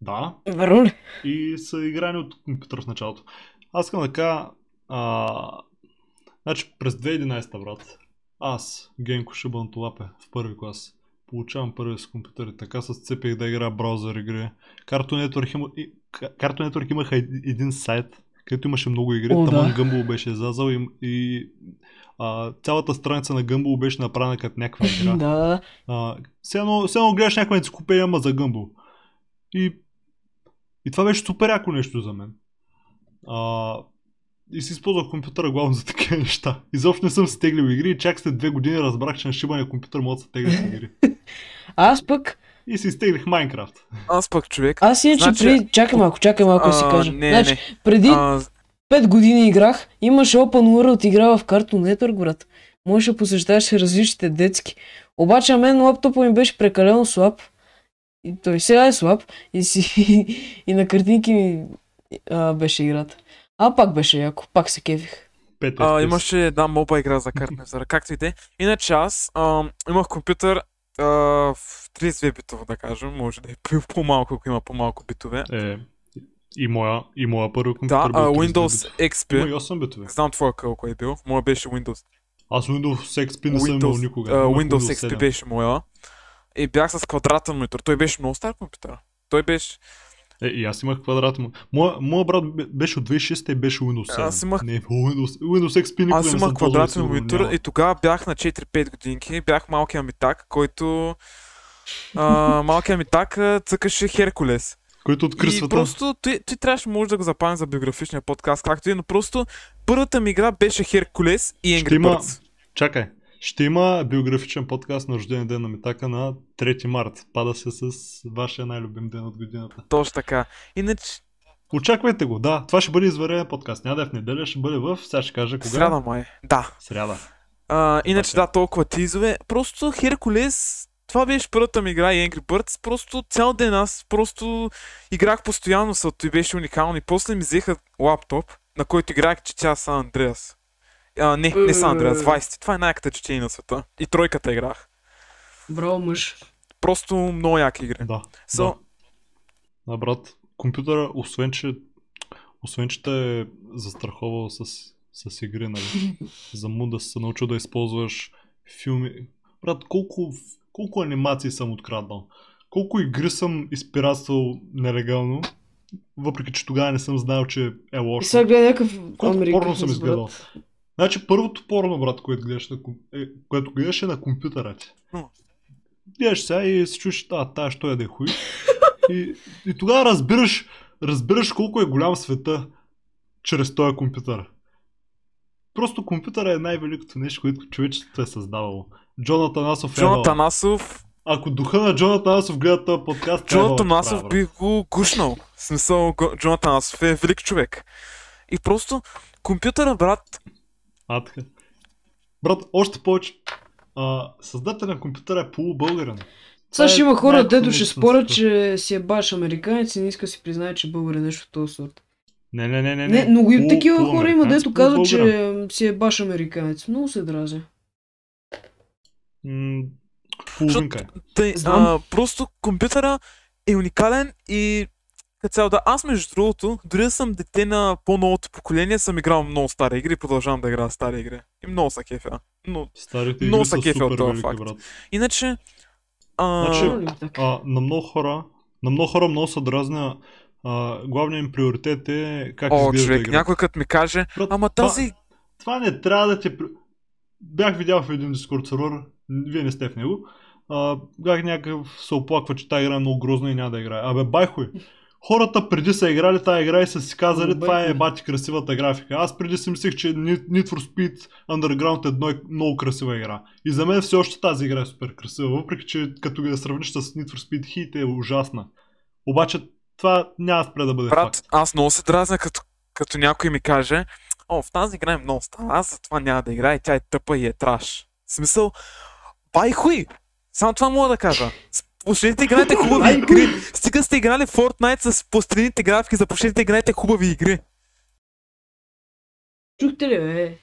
S1: Да,
S2: Верно ли?
S1: и са играни от компютър в началото. Аз искам да кажа... А... Значи през 2011 брат, аз, Генко Шибантолапе, в първи клас, получавам първи с компютъри, така се сцепих да игра браузър игри. Cartoon Network, има... и- Ка- Cartoon Network имаха еди- един сайт, където имаше много игри,
S2: О, да.
S1: таман Гъмбъл беше излязъл и, и а, цялата страница на Гъмбъл беше направена като
S2: <laughs>
S1: някаква игра.
S2: Да.
S1: А, все, едно, все едно гледаш някаква енциклопедия, ама за гъмбо. И, и това беше супер яко нещо за мен. А, и си използвах компютъра главно <laughs> за такива неща. Изобщо не съм си теглил игри и чак след две години разбрах, че на шибания компютър могат да се теглят игри.
S2: Аз пък,
S1: И си изтеглих Майнкрафт.
S3: Аз пък човек...
S2: аз иначе
S3: Значи-
S2: преди, чакай малко, чакай малко да си
S3: а,
S2: кажа.
S3: не,
S2: значи,
S3: не.
S2: преди
S3: А,
S2: 5 години играх, имаше Open World игра в Cartoon Network, брат. Можеш да посещаваш различните детски. Обаче на мен лаптопа ми беше прекалено слаб. И той сега е слаб. И, си, <laughs> и на картинки ми а, беше играта. А пак беше яко, пак се кефих.
S1: Пет
S3: А,
S1: FPS.
S3: имаше, да, моба игра за картнезера, както и те. Иначе аз ам, имах компютър а, в 32 битово, да кажем, може да е <laughs> по- по-малко, ако има по-малко битове.
S1: Е, и моя, и моя първи
S3: Да,
S1: компютър
S3: а,
S1: бил 32
S3: Windows
S1: битов. Има и
S3: XP.
S1: 8 битове.
S3: Не знам твоя колко е бил. Моя беше Windows.
S1: Аз Windows XP не съм имал
S3: Windows,
S1: никога.
S3: а,
S1: Имах
S3: Windows XP
S1: 7.
S3: беше моя. И бях с квадратен монитор. Той беше много стар компютър. Той беше...
S1: Е, и аз имах квадрат. му. Моя, моя брат бе- беше от 2006 и беше Windows 7.
S3: Аз имах-
S1: Не, Windows, Windows XP никога не
S3: Аз
S1: съм
S3: имах
S1: ползвал,
S3: квадратен
S1: сигурно
S3: монитор
S1: няма.
S3: и тогава бях на 4-5 годинки. Бях малкия ми так, който...
S1: <laughs>
S3: А, малкия ми так а, цъкаше Херкулес.
S1: Който откри
S3: И
S1: света.
S3: просто той, той трябваше може да го запазим за биографичния подкаст, както и, но просто първата ми игра беше Херкулес и
S1: Ще
S3: Angry
S1: има-
S3: Birds.
S1: Чакай. Ще има биографичен подкаст на рождения ден на Митака на 3 март. Пада се с вашия най-любим ден от годината.
S3: Точно така. Иначе
S1: Очаквайте го, да. Това ще бъде извънреден подкаст. Няма да е в неделя, ще бъде в... Сега ще кажа кога.
S3: Сряда май. Да.
S1: Сряда.
S3: А, иначе
S1: Така.
S3: да, толкова тизове. Просто Херкулес, това беше първата ми игра и Angry Birds. Просто цял ден аз просто играх постоянно с и беше уникално. И после ми взеха лаптоп, на който играх чета Сан Андреас. А, не, не Сан Андреас,
S2: Е.
S3: Vice. Това е най-яката четение на света. И тройката играх.
S2: Браво мъж.
S3: Просто много яки игри.
S1: Да.
S3: So,
S1: да. Да, брат, компютъра, освен че, освен, че те е застраховал с, с игри,
S2: <laughs>
S1: нали? За му да се научил да използваш филми. Брат, колко, колко анимации съм откраднал? Колко игри съм изпиратствал нелегално? Въпреки, че тогава не съм знаел, че е
S2: И
S1: лошо.
S2: сега гледа някакъв
S1: Колко
S2: американец,
S1: порно съм
S2: брат.
S1: изгледал? Значи първото порно, брат, което гледаш, на, ком- е, което гледаш е на компютъра ти.
S3: Ну.
S1: Гледаш сега и си чуеш, а, тая, що е да е хуй. и, и тогава разбираш, разбираш колко е голям света чрез този компютър. Просто компютъра е най-великото нещо, което човечеството е създавало. Джона Танасов е
S3: Джон
S1: Джона...
S3: Танасов,
S1: Ако духа на Джона Танасов гледа този подкаст, е
S3: Джон
S1: едно да
S3: Танасов
S1: прави, брат.
S3: бих го гушнал. В смисъл, го- Джон Танасов е велик човек. И просто компютъра, брат,
S1: А, така. Брат, още повече. А, създателя на компютъра е полубългарен. Това
S2: Сега ще
S1: е
S2: има хора,
S1: най-якото
S2: дето ще
S1: нещо на
S2: спорят,
S1: света.
S2: че си е баш американец и не иска да си признае, че българ е нещо от този сорт.
S1: Не, не, не, Значи, не.
S2: Не, но и
S1: Пол-
S2: такива хора има,
S1: полуамериканец,
S2: дето казват,
S1: полубългарин.
S2: че си е баш американец. Много се дразя.
S1: М, Половинка. е.
S3: Тъй, а,
S2: Знам.
S3: просто компютъра е уникален и като цяло да. Аз между другото, дори да съм дете на по-новото поколение, съм играл много стари игри и продължавам да играя стари игри. И много са кефя. Но
S1: Старите
S3: Много
S1: игри
S3: са
S1: са
S3: кефи
S1: супер
S3: от този
S1: велики,
S3: факт.
S1: брат.
S3: иначе... А,
S1: Значи,
S2: Има ли Нали, така?
S1: А, на много хора, на много хора много са дразня. А, главният им приоритет е как
S3: о,
S1: изглежда
S3: човек,
S1: играта.
S3: някой като ми каже,
S1: Брат,
S3: ама
S1: това-
S3: тази...
S1: Това не трябва да те... при- Бях видял в един Discord сервер, вие не сте в него, а, бях някакъв се оплаква, че тази игра е много грозна и няма да играе. Абе, байхуй! Хората преди са играли тази игра и са си казали,
S2: Абе,
S1: това е
S2: байхуй.
S1: бати красивата графика. Аз преди си мислех, че Need Need for Speed Underground едно е много красива игра. И за мен все още тази игра е супер красива, въпреки че като ги да сравниш с Need for Speed Heat е ужасна. Обаче това няма да спре да бъде Е, факт.
S3: Брат, аз много се дразня като, като някой ми каже, о, в тази игра е много стара, аз за това няма да играя, тя е тъпа и е траш. В смисъл, бай хуй! Само това мога да кажа. Почнете играйте хубави игри. Стига сте играли Fortnite с пострените графики, започнете играйте хубави игри.
S2: Чухте ли, бе?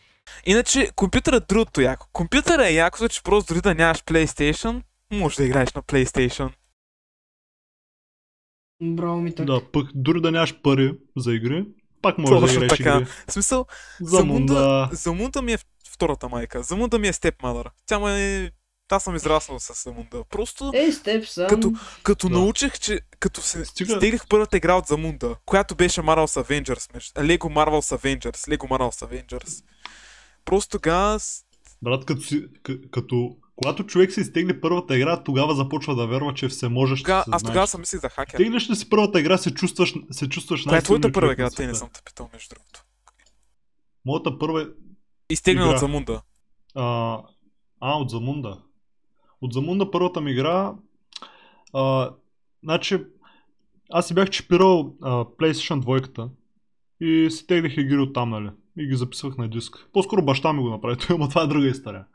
S3: Иначе компютърът е другото яко. Компютърът е якото, че просто дори да нямаш PlayStation, можеш да играеш на PlayStation.
S2: Браво ми така.
S1: Да, пък дори да нямаш пари за игри, пак можеш да
S3: Точно
S1: играеш
S3: така.
S1: игри.
S3: В смисъл,
S1: За мунда.
S3: Замунда ми е втората майка. Замунда ми е степмадър. Тя ме е... Аз съм израснал с Замунда. Просто
S2: Ей, Е, степ, сам.
S3: Като- като
S1: Да.
S3: научих, че като се
S1: Стига.
S3: стеглих първата игра от Замунда, която беше Marvel's Avengers, между... Lego Marvel's Avengers, Lego Marvel's Avengers. Просто тогава с-
S1: Брат, като, си, к- като когато човек се изтегли първата игра, тогава започва да вярва, че все можеш
S3: Тога...
S1: да се
S3: аз
S1: знаеш.
S3: тогава съм мислих за хакер.
S1: Теглиш ли си първата игра, се чувстваш, се чувстваш
S3: Това е
S1: най-силният
S3: твоята първа
S1: човек на
S3: игра, те не
S1: света.
S3: съм те питал, между другото.
S1: Моята първа е...
S3: Изтеглена
S1: Игра.
S3: от Замунда.
S1: А, а, от Замунда. От Замунда първата ми игра... А, значи, аз си бях чипирал а, PlayStation 2 и си теглих игри от там, нали? И ги записвах на диск. По-скоро баща ми го направи, <laughs> той, ама това е друга история.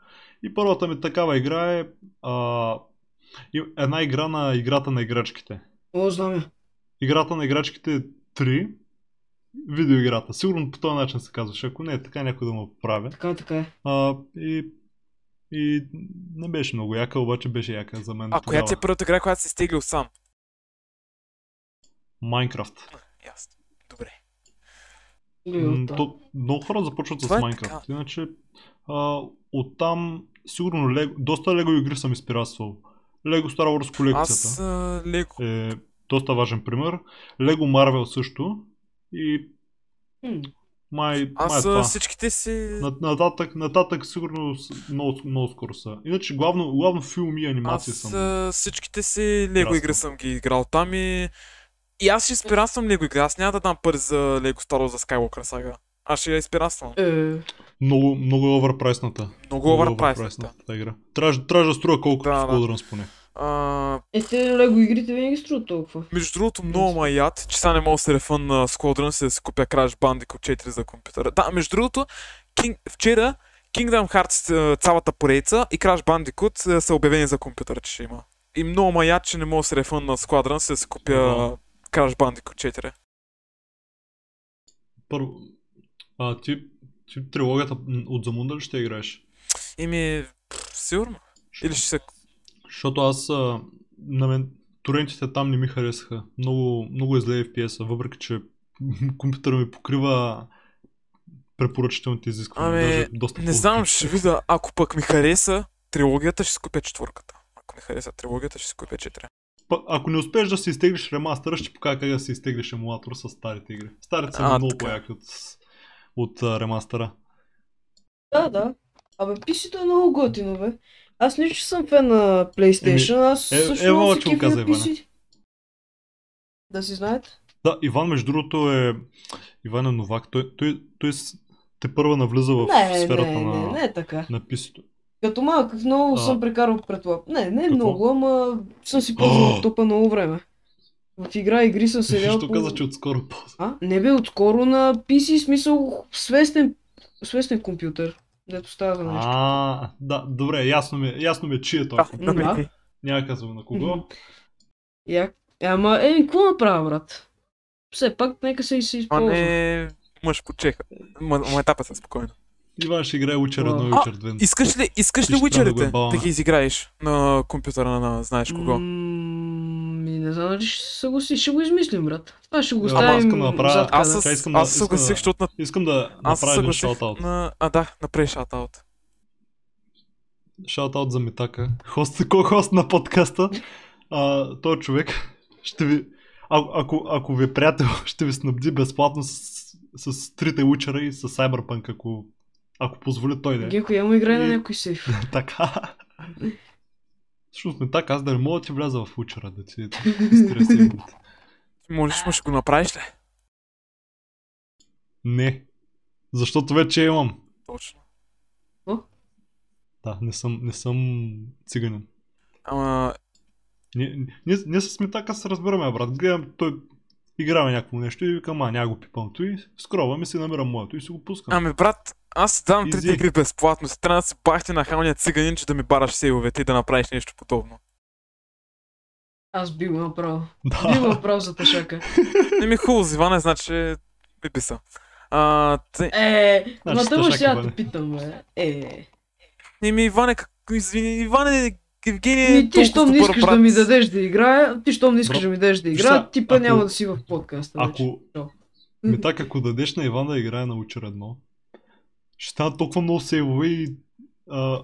S1: И първата ми такава игра е а, и- една игра на играта на играчките.
S2: О, знам я.
S1: Играта на играчките е 3, видеоиграта. Сигурно по този начин се казваше, ако не е така, някой да му поправя.
S2: Така, така е.
S1: А, и, и не беше много яка, обаче беше яка за мен.
S3: А коя ти е
S1: тогава.
S3: първата игра, която си изтеглил сам?
S1: Майнкрафт.
S3: Ясно. Добре.
S1: М,
S2: Лилата.
S1: То, много хора започват
S3: Това
S1: с
S3: е
S1: Майнкрафт. Иначе а, оттам сигурно лего, доста лего игри съм изпиратствал. Лего Star Wars колекцията.
S3: Аз а, Лего.
S1: Е доста важен пример. Лего Марвел също. И
S2: М,
S1: май, май е
S3: Аз а,
S1: това.
S3: всичките си...
S1: На- Нататък, нататък сигурно с- много, много скоро са. Иначе главно, главно филми и анимации
S3: Аз
S1: съм.
S3: а, всичките си Лего
S1: Играл
S3: игри
S1: съм.
S3: съм ги играл там и... И аз ще изпираствам Лего игра, аз няма да дам пари за Лего Star Wars за Skywalker сага. Аз ще я изпираствам.
S2: Е,
S1: Много, много е оверпрайсната.
S3: Много overpriced.
S1: Тази игра. Трябваше трябваше да струва колкото
S3: Да,
S1: да, в
S3: да.
S1: Codrons поне.
S3: А,
S2: Е, те лего игрите винаги струват толкова.
S3: между другото, много ма яд, че сега не мога да се рефън на Squadron, да си купя Crash Bandicoot 4 за компютъра. Да, между другото, King... вчера Kingdom Hearts е, цялата поредица и Crash Bandicoot е, са обявени за компютъра, че ще има. И много ма яд, че не мога да се рефън на Squadron, да си купя
S1: Да.
S3: Crash Bandicoot 4.
S1: Първо, а ти, ти трилогията м, от Замунда ли ще играеш?
S3: Ими, пф, сигурно. Или ще се...
S1: Защото аз а, на мен торентите там не ми харесаха. Много, много е зле FPS-а, въпреки че <laughs> компютъра ми покрива препоръчителните изисквания.
S3: Ами,
S1: даже доста
S3: Не
S1: по-добре.
S3: знам, ще видя. Ако пък ми хареса трилогията, ще си купя четвърката. Ако ми хареса трилогията, ще си купя четири.
S1: Па, ако не успееш да си изтеглиш ремастъра, ще покажа как да си изтеглиш емулатор с старите игри. Старите са
S3: А,
S1: много
S3: така.
S1: по-яки от, от а, ремастъра.
S2: Да, да. Абе, писито е много готино, бе. Аз не че съм фен на PlayStation, аз
S1: е-
S2: всъщност
S1: ева,
S2: се
S1: че го
S2: кефя
S1: каза
S2: на
S1: Иване.
S2: PC. Да си знаете.
S1: Да, Иван, между другото, е... Иван е новак. Той, той, той с- те първа навлиза в
S2: Не,
S1: сферата
S2: не,
S1: на,
S2: не, не е така.
S1: на писето.
S2: Като малък много
S1: А.
S2: съм прекарал пред лап. Не, не е
S1: Какво?
S2: много, ама съм си ползвал лаптопа много време. В игра игри съм се
S1: Нищо каза, че отскоро ползва.
S2: А? Не бе, отскоро на PC, смисъл свестен, свестен компютър. Дето става за нещо.
S1: А, да, добре, ясно ми, е- ясно ми е, чие е той.
S3: Да,
S1: компютър.
S3: да, нали?
S2: Да.
S3: да.
S1: Няма да казвам на
S2: Мгм.
S1: кого.
S2: Я... Ама, е, какво направя, брат? Все пак, нека се и се
S3: А
S2: използва.
S3: не е мъж по чеха. Ма, ма етапа се спокойно.
S1: Иван ще играе Witcher
S2: А,
S1: 1 и Witcher 2.
S3: Искаш ли, искаш ли
S1: Ще трябва да го е
S3: Witcher-ите
S1: ебаваме.
S3: да ги изиграеш на компютъра на знаеш кого?
S2: М, Ми не знам дали ще се съгласи. Ще го измислим, брат. Това ще го
S1: Ама
S2: оставим
S1: искам да направя-
S2: зад
S3: Аз
S2: кадър.
S1: Тя
S3: се
S1: искам да-
S3: аз се
S1: искам да-
S3: съгласих, защото на...
S1: Искам да
S3: Аз се
S1: направя един
S3: съгласих
S1: шаут-аут.
S3: на... А, да, направи шатаут.
S1: Шаут-аут за Митака. Хост, ко-хост на подкаста. А, той е човек ще ви... А, ако, ако ви е приятел, <laughs> ще ви снабди безплатно с, с трите Witcher и с Cyberpunk, ако, ако позволи той да е. <laughs>
S2: Генко, я му играй на
S1: И- <laughs>
S2: някой сейф.
S1: така. Всъщност ме така, аз да не мога да ти вляза в Witcher, да ти
S2: <laughs>
S1: стреси игрите.
S3: Можеш, му ще го направиш ли?
S1: Не. Защото вече имам.
S3: Точно.
S1: Да, не съм, не съм циганин.
S3: Ама,
S1: Ние, ние, ние с Митака се разбираме, брат. Гледам, той играе някакво нещо и викам, а, няма го пипам. Той скровам и си намирам моето и си го пускам.
S3: ами брат, аз ти давам трите
S1: Изи.
S3: игри безплатно. Ти трябва да се бахти на халния циганин, че да ми бараш сейвовете и да направиш нещо подобно.
S2: Аз би го направил. Би го
S1: да.
S2: направил за тъшака.
S3: Не ми е хубаво, Зиване, значи... Би писа. А, тъй...
S2: Е, ма
S1: Значи
S2: тъма
S1: тъшак,
S2: ще я
S1: Иване.
S2: те питам, бе. Е,
S3: Еми, Иване, как... Извини, Иване, Евгений е
S2: Ми, ти
S3: толкова
S2: щом не
S3: добър
S2: искаш
S3: брат.
S2: да ми дадеш да играя, ти щом не искаш
S1: Бро,
S2: да ми дадеш да
S1: виж
S2: играя,
S1: сега,
S2: ти па
S1: ако-
S2: няма да си в подкаста вече.
S1: Ако...
S2: Да.
S1: Митак, ако дадеш на Иван да играе на Witcher 1, ще станат толкова много сейвове и... А,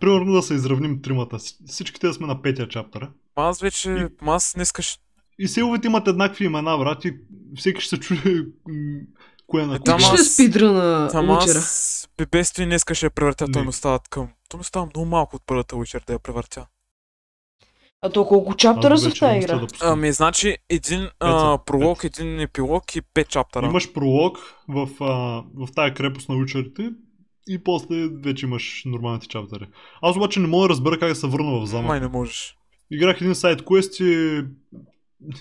S1: примерно да се изравним тримата. С- Всичките да сме на петия чаптър.
S3: Ма Аз вече,
S1: И-
S3: ма аз не искаш.
S1: И сейвовете имат еднакви имена, брат, и всеки ще се чуе м, кое е на
S3: Е,
S1: кое.
S3: Ама
S2: Купиш ли
S3: аз-
S2: спидра на
S3: Ама
S2: вечера?
S3: аз би без той не искаше да превъртя, той
S1: Не.
S3: ми остава към. Той ми става много малко от първата вечер да я превъртя.
S2: А то колко
S1: Аз
S2: чаптера са в
S1: вече
S2: тази
S1: не мисля
S2: игра?
S1: да пускам.
S3: Ами, значи, един а,
S1: са,
S3: пролог, един епилог и пет чаптера.
S1: Имаш пролог в, а, в тая крепост на учерите и после вече имаш нормалните чаптери. Аз обаче не мога да разбера как да се върна в замък.
S3: Май не можеш.
S1: Играх един сайт квест и,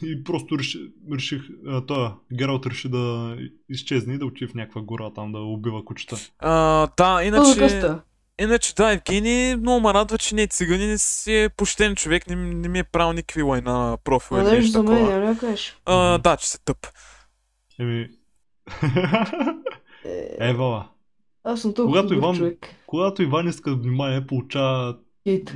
S1: и просто реши, реших, а, тоя, Гералт реши да изчезне и да отиде в някаква гора там да убива кучета.
S3: А, да, иначе,
S2: Подкаста.
S3: иначе да, Евгений много ме радва, че не е циганин и си е почтен човек, не, не ми е правил никакви лайна на профила или
S2: Младеж
S3: нещо
S2: за мен,
S3: е такова.
S2: няма ли да кажеш?
S3: А, да, че се тъп.
S1: Еми... <laughs>
S2: Е,
S1: Ева,
S2: Аз съм толкова
S1: Когато
S2: добър
S1: Иван-
S2: човек.
S1: когато Иван иска внимание, получава
S2: Хейт.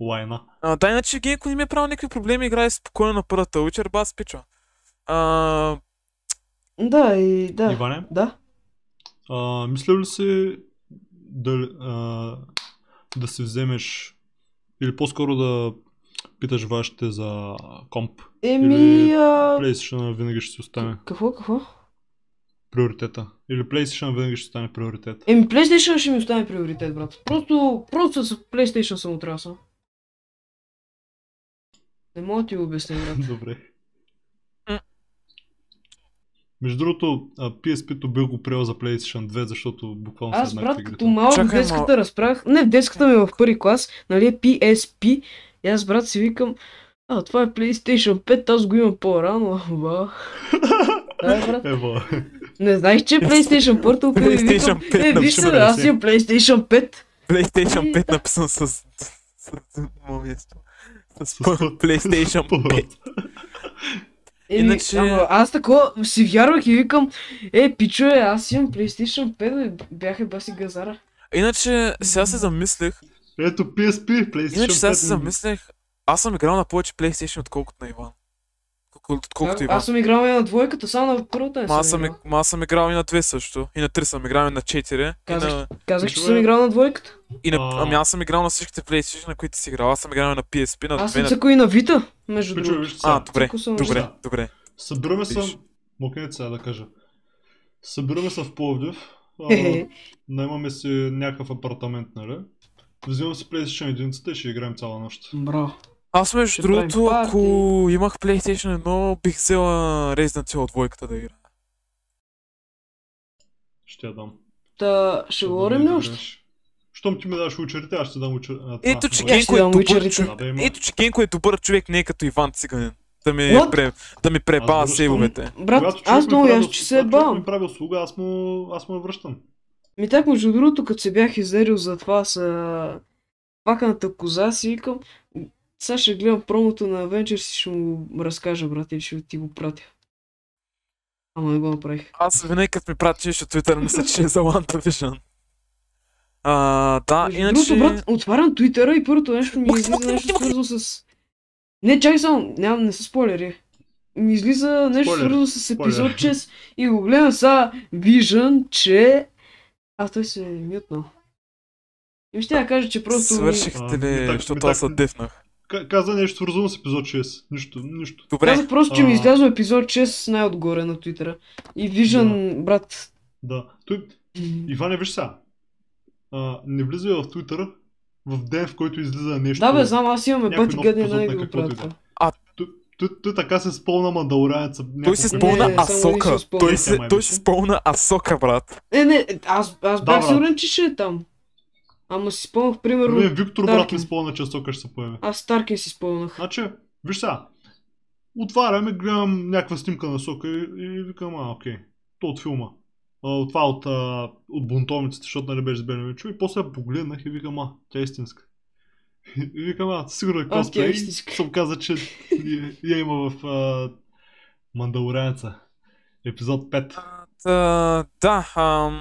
S1: лайна.
S3: А, да, иначе Генко не ми е правил никакви проблеми, играе спокойно на първата вечер, бас пича. А,
S2: Е, Да, и да.
S1: Иване?
S2: Да.
S1: А, мисля ли си да, а, да си вземеш или по-скоро да питаш вашите за комп?
S2: Еми, а...
S1: PlayStation винаги ще си остане
S2: Какво, какво?
S1: приоритета. Или PlayStation винаги ще стане приоритет. <laughs>
S2: Еми, PlayStation ще ми остане приоритет, брат. Просто, просто с PlayStation съм отрасъл. Не мога да ти го обясня,
S1: <laughs>
S2: брат.
S1: Добре.
S3: М.
S1: Между другото, а, PSP-то бил го приел за PlayStation 2, защото буквално
S2: Аз,
S1: са
S2: брат,
S1: еднакви
S2: като
S1: игрите.
S2: малък
S3: Чакай,
S2: в детската разбрах, не в детската ми в първи клас, нали е PSP, И аз, брат, си викам, а, това е PlayStation 5, аз го имам по-рано, <laughs> ама... Да, брат.
S1: Ева. <laughs>
S2: Не знаеш, че е PlayStation Portal, къде викам,
S3: PlayStation 5
S2: е, виж се,
S1: напишем,
S2: аз
S1: да
S2: имам PlayStation 5.
S3: PlayStation
S2: И-
S3: 5 написано с... с- с- момичето. С
S1: С-
S3: пър- PlayStation 5.
S2: Еми,
S3: Иначе-
S2: Ама, аз такова си вярвах и викам, е, пичове, аз имам PlayStation 5, бе, бяха баси газара.
S3: Иначе сега се замислих,
S1: Ето PSP, PlayStation
S3: иначе сега
S1: 5.
S3: се замислих, аз съм играл на повече PlayStation, отколкото на Иван. Колко- Отколкото
S2: А-
S3: Иван.
S2: аз съм играл и на двойката, само на първата не
S3: Ма
S2: съм,
S3: аз, съм,
S2: играл.
S3: ма аз съм играл и на две също. И на три съм играл, и на четири. И
S2: Казах,
S3: на, е-
S2: Казах, че
S1: Пичове.
S2: съм играл на двойката.
S3: и на,
S1: А.
S3: ами аз съм играл на всичките PlayStation, на които си играл. Аз съм играл и на PSP, на
S2: Аз
S3: две
S2: съм
S3: на...
S2: цъкал и на Вита, между
S1: Пичове,
S2: другото.
S1: вижте сега.
S3: А, добре,
S2: Цъкал съм на
S3: добре,
S1: Вижте.
S3: добре.
S1: Събираме
S3: Виж.
S1: се... Мокнете сега да кажа. Събираме се в Пловдив. а,
S2: Вита.
S1: Наймаме си някакъв апартамент, нали? Взимам си PlayStation 1 и ще играем цяла нощ.
S2: Браво.
S3: Аз между
S2: Ще
S3: другото,
S2: правим
S3: ако имах PlayStation 1, бих взела Resident Evil двойката да игра.
S1: Ще я дам.
S2: Та, ще
S1: Ще
S2: говорим ли
S1: дам да
S2: още?
S1: играеш. Щом ти ми даш учерите, аз ще дам учер... а, това,
S3: Ето, че
S1: добре.
S2: Я ще
S3: Генко е
S2: дам
S3: добър
S2: уичерите.
S3: човек.
S1: Да, да има.
S3: Ето, че Генко е добър човек, не е като Иван Циганин. Да ми,
S2: What?
S3: пре, да ми пребава
S1: Аз връщам.
S3: сейвовете.
S2: Брат,
S1: Когато е човек ми
S2: аз много
S1: прави
S2: ясно,
S1: услуга,
S2: че се е
S1: Когато човек
S2: бавам.
S1: ми прави услуга, аз му, аз му я връщам.
S2: Ми Ами так, между другото, като се бях издарил за това с паканата коза, си викам, сега ще гледам промото на Avengers и ще му разкажа, брат, и ще ти го пратя. Ама не го направих.
S3: Аз винаги като ми прати нещо от Twitter, мисля, че е за WandaVision. А, да,
S2: Между
S3: иначе...
S2: другото, брат, отварям Твитъра и първото нещо ми
S3: Махни,
S2: излиза
S3: махни,
S2: нещо
S3: махни.
S2: свързано с... Не, чакай само, нямам, не са спойлери. Ми излиза нещо
S1: Спойлер,
S2: свързано с епизод
S1: спойлер.
S2: 6 и го гледам сега Vision, че... А, той се е мютнал. И ще я кажа, че просто... ми-
S3: Свършихте
S1: А, ми
S3: ли,
S1: так- ми
S3: защото
S1: так-
S3: аз се дефнах.
S1: К- каза нещо свързано с епизод 6. Нищо, нищо.
S3: Добре,
S2: Казах просто, че ми
S1: А.
S2: излязъл епизод 6 най-отгоре на Твитъра. И Vision, брат...
S1: Да. Той, Иване, виж сега. А, не влизай в Twitter в ден, в който излиза нещо.
S2: Да бе, знам, аз имаме
S1: някой
S2: пъти
S1: нов
S2: гадни
S1: епизод
S2: да
S1: на
S2: го
S1: каквото и
S2: правя
S1: да е.
S2: това.
S1: Той, той, той така се спълна мандалорянеца.
S3: той се
S1: няколко-
S3: спомна
S2: Не, само един
S3: Асока.
S2: се спомня.
S3: Той се,
S1: Тя май
S3: той
S1: беше.
S3: се спомна Асока, брат.
S2: Е, не, аз, аз
S1: Да,
S2: бях
S1: брат.
S2: сигурен, че ще е там. Ама си спомнях, примерно,
S1: Мен Е, Виктор брат
S2: Таркин.
S1: ми спомна, че Асока ще се появи.
S2: аз Старкин си спомнях.
S1: Значи, виж сега. Отваряме, гледам някаква снимка на Сока и, и викам, а, окей. То от филма. А, от това от, а, от бунтовниците, защото нали беше сбелен чу. И после я погледнах и викам, а, тя е истинска. <laughs> И викам, а, сигурно е
S2: тя е
S1: косплей. И
S2: истинска.
S1: Съм каза, че я- я има в а, Мандалорянца. Епизод 5.
S3: Та, да, ам,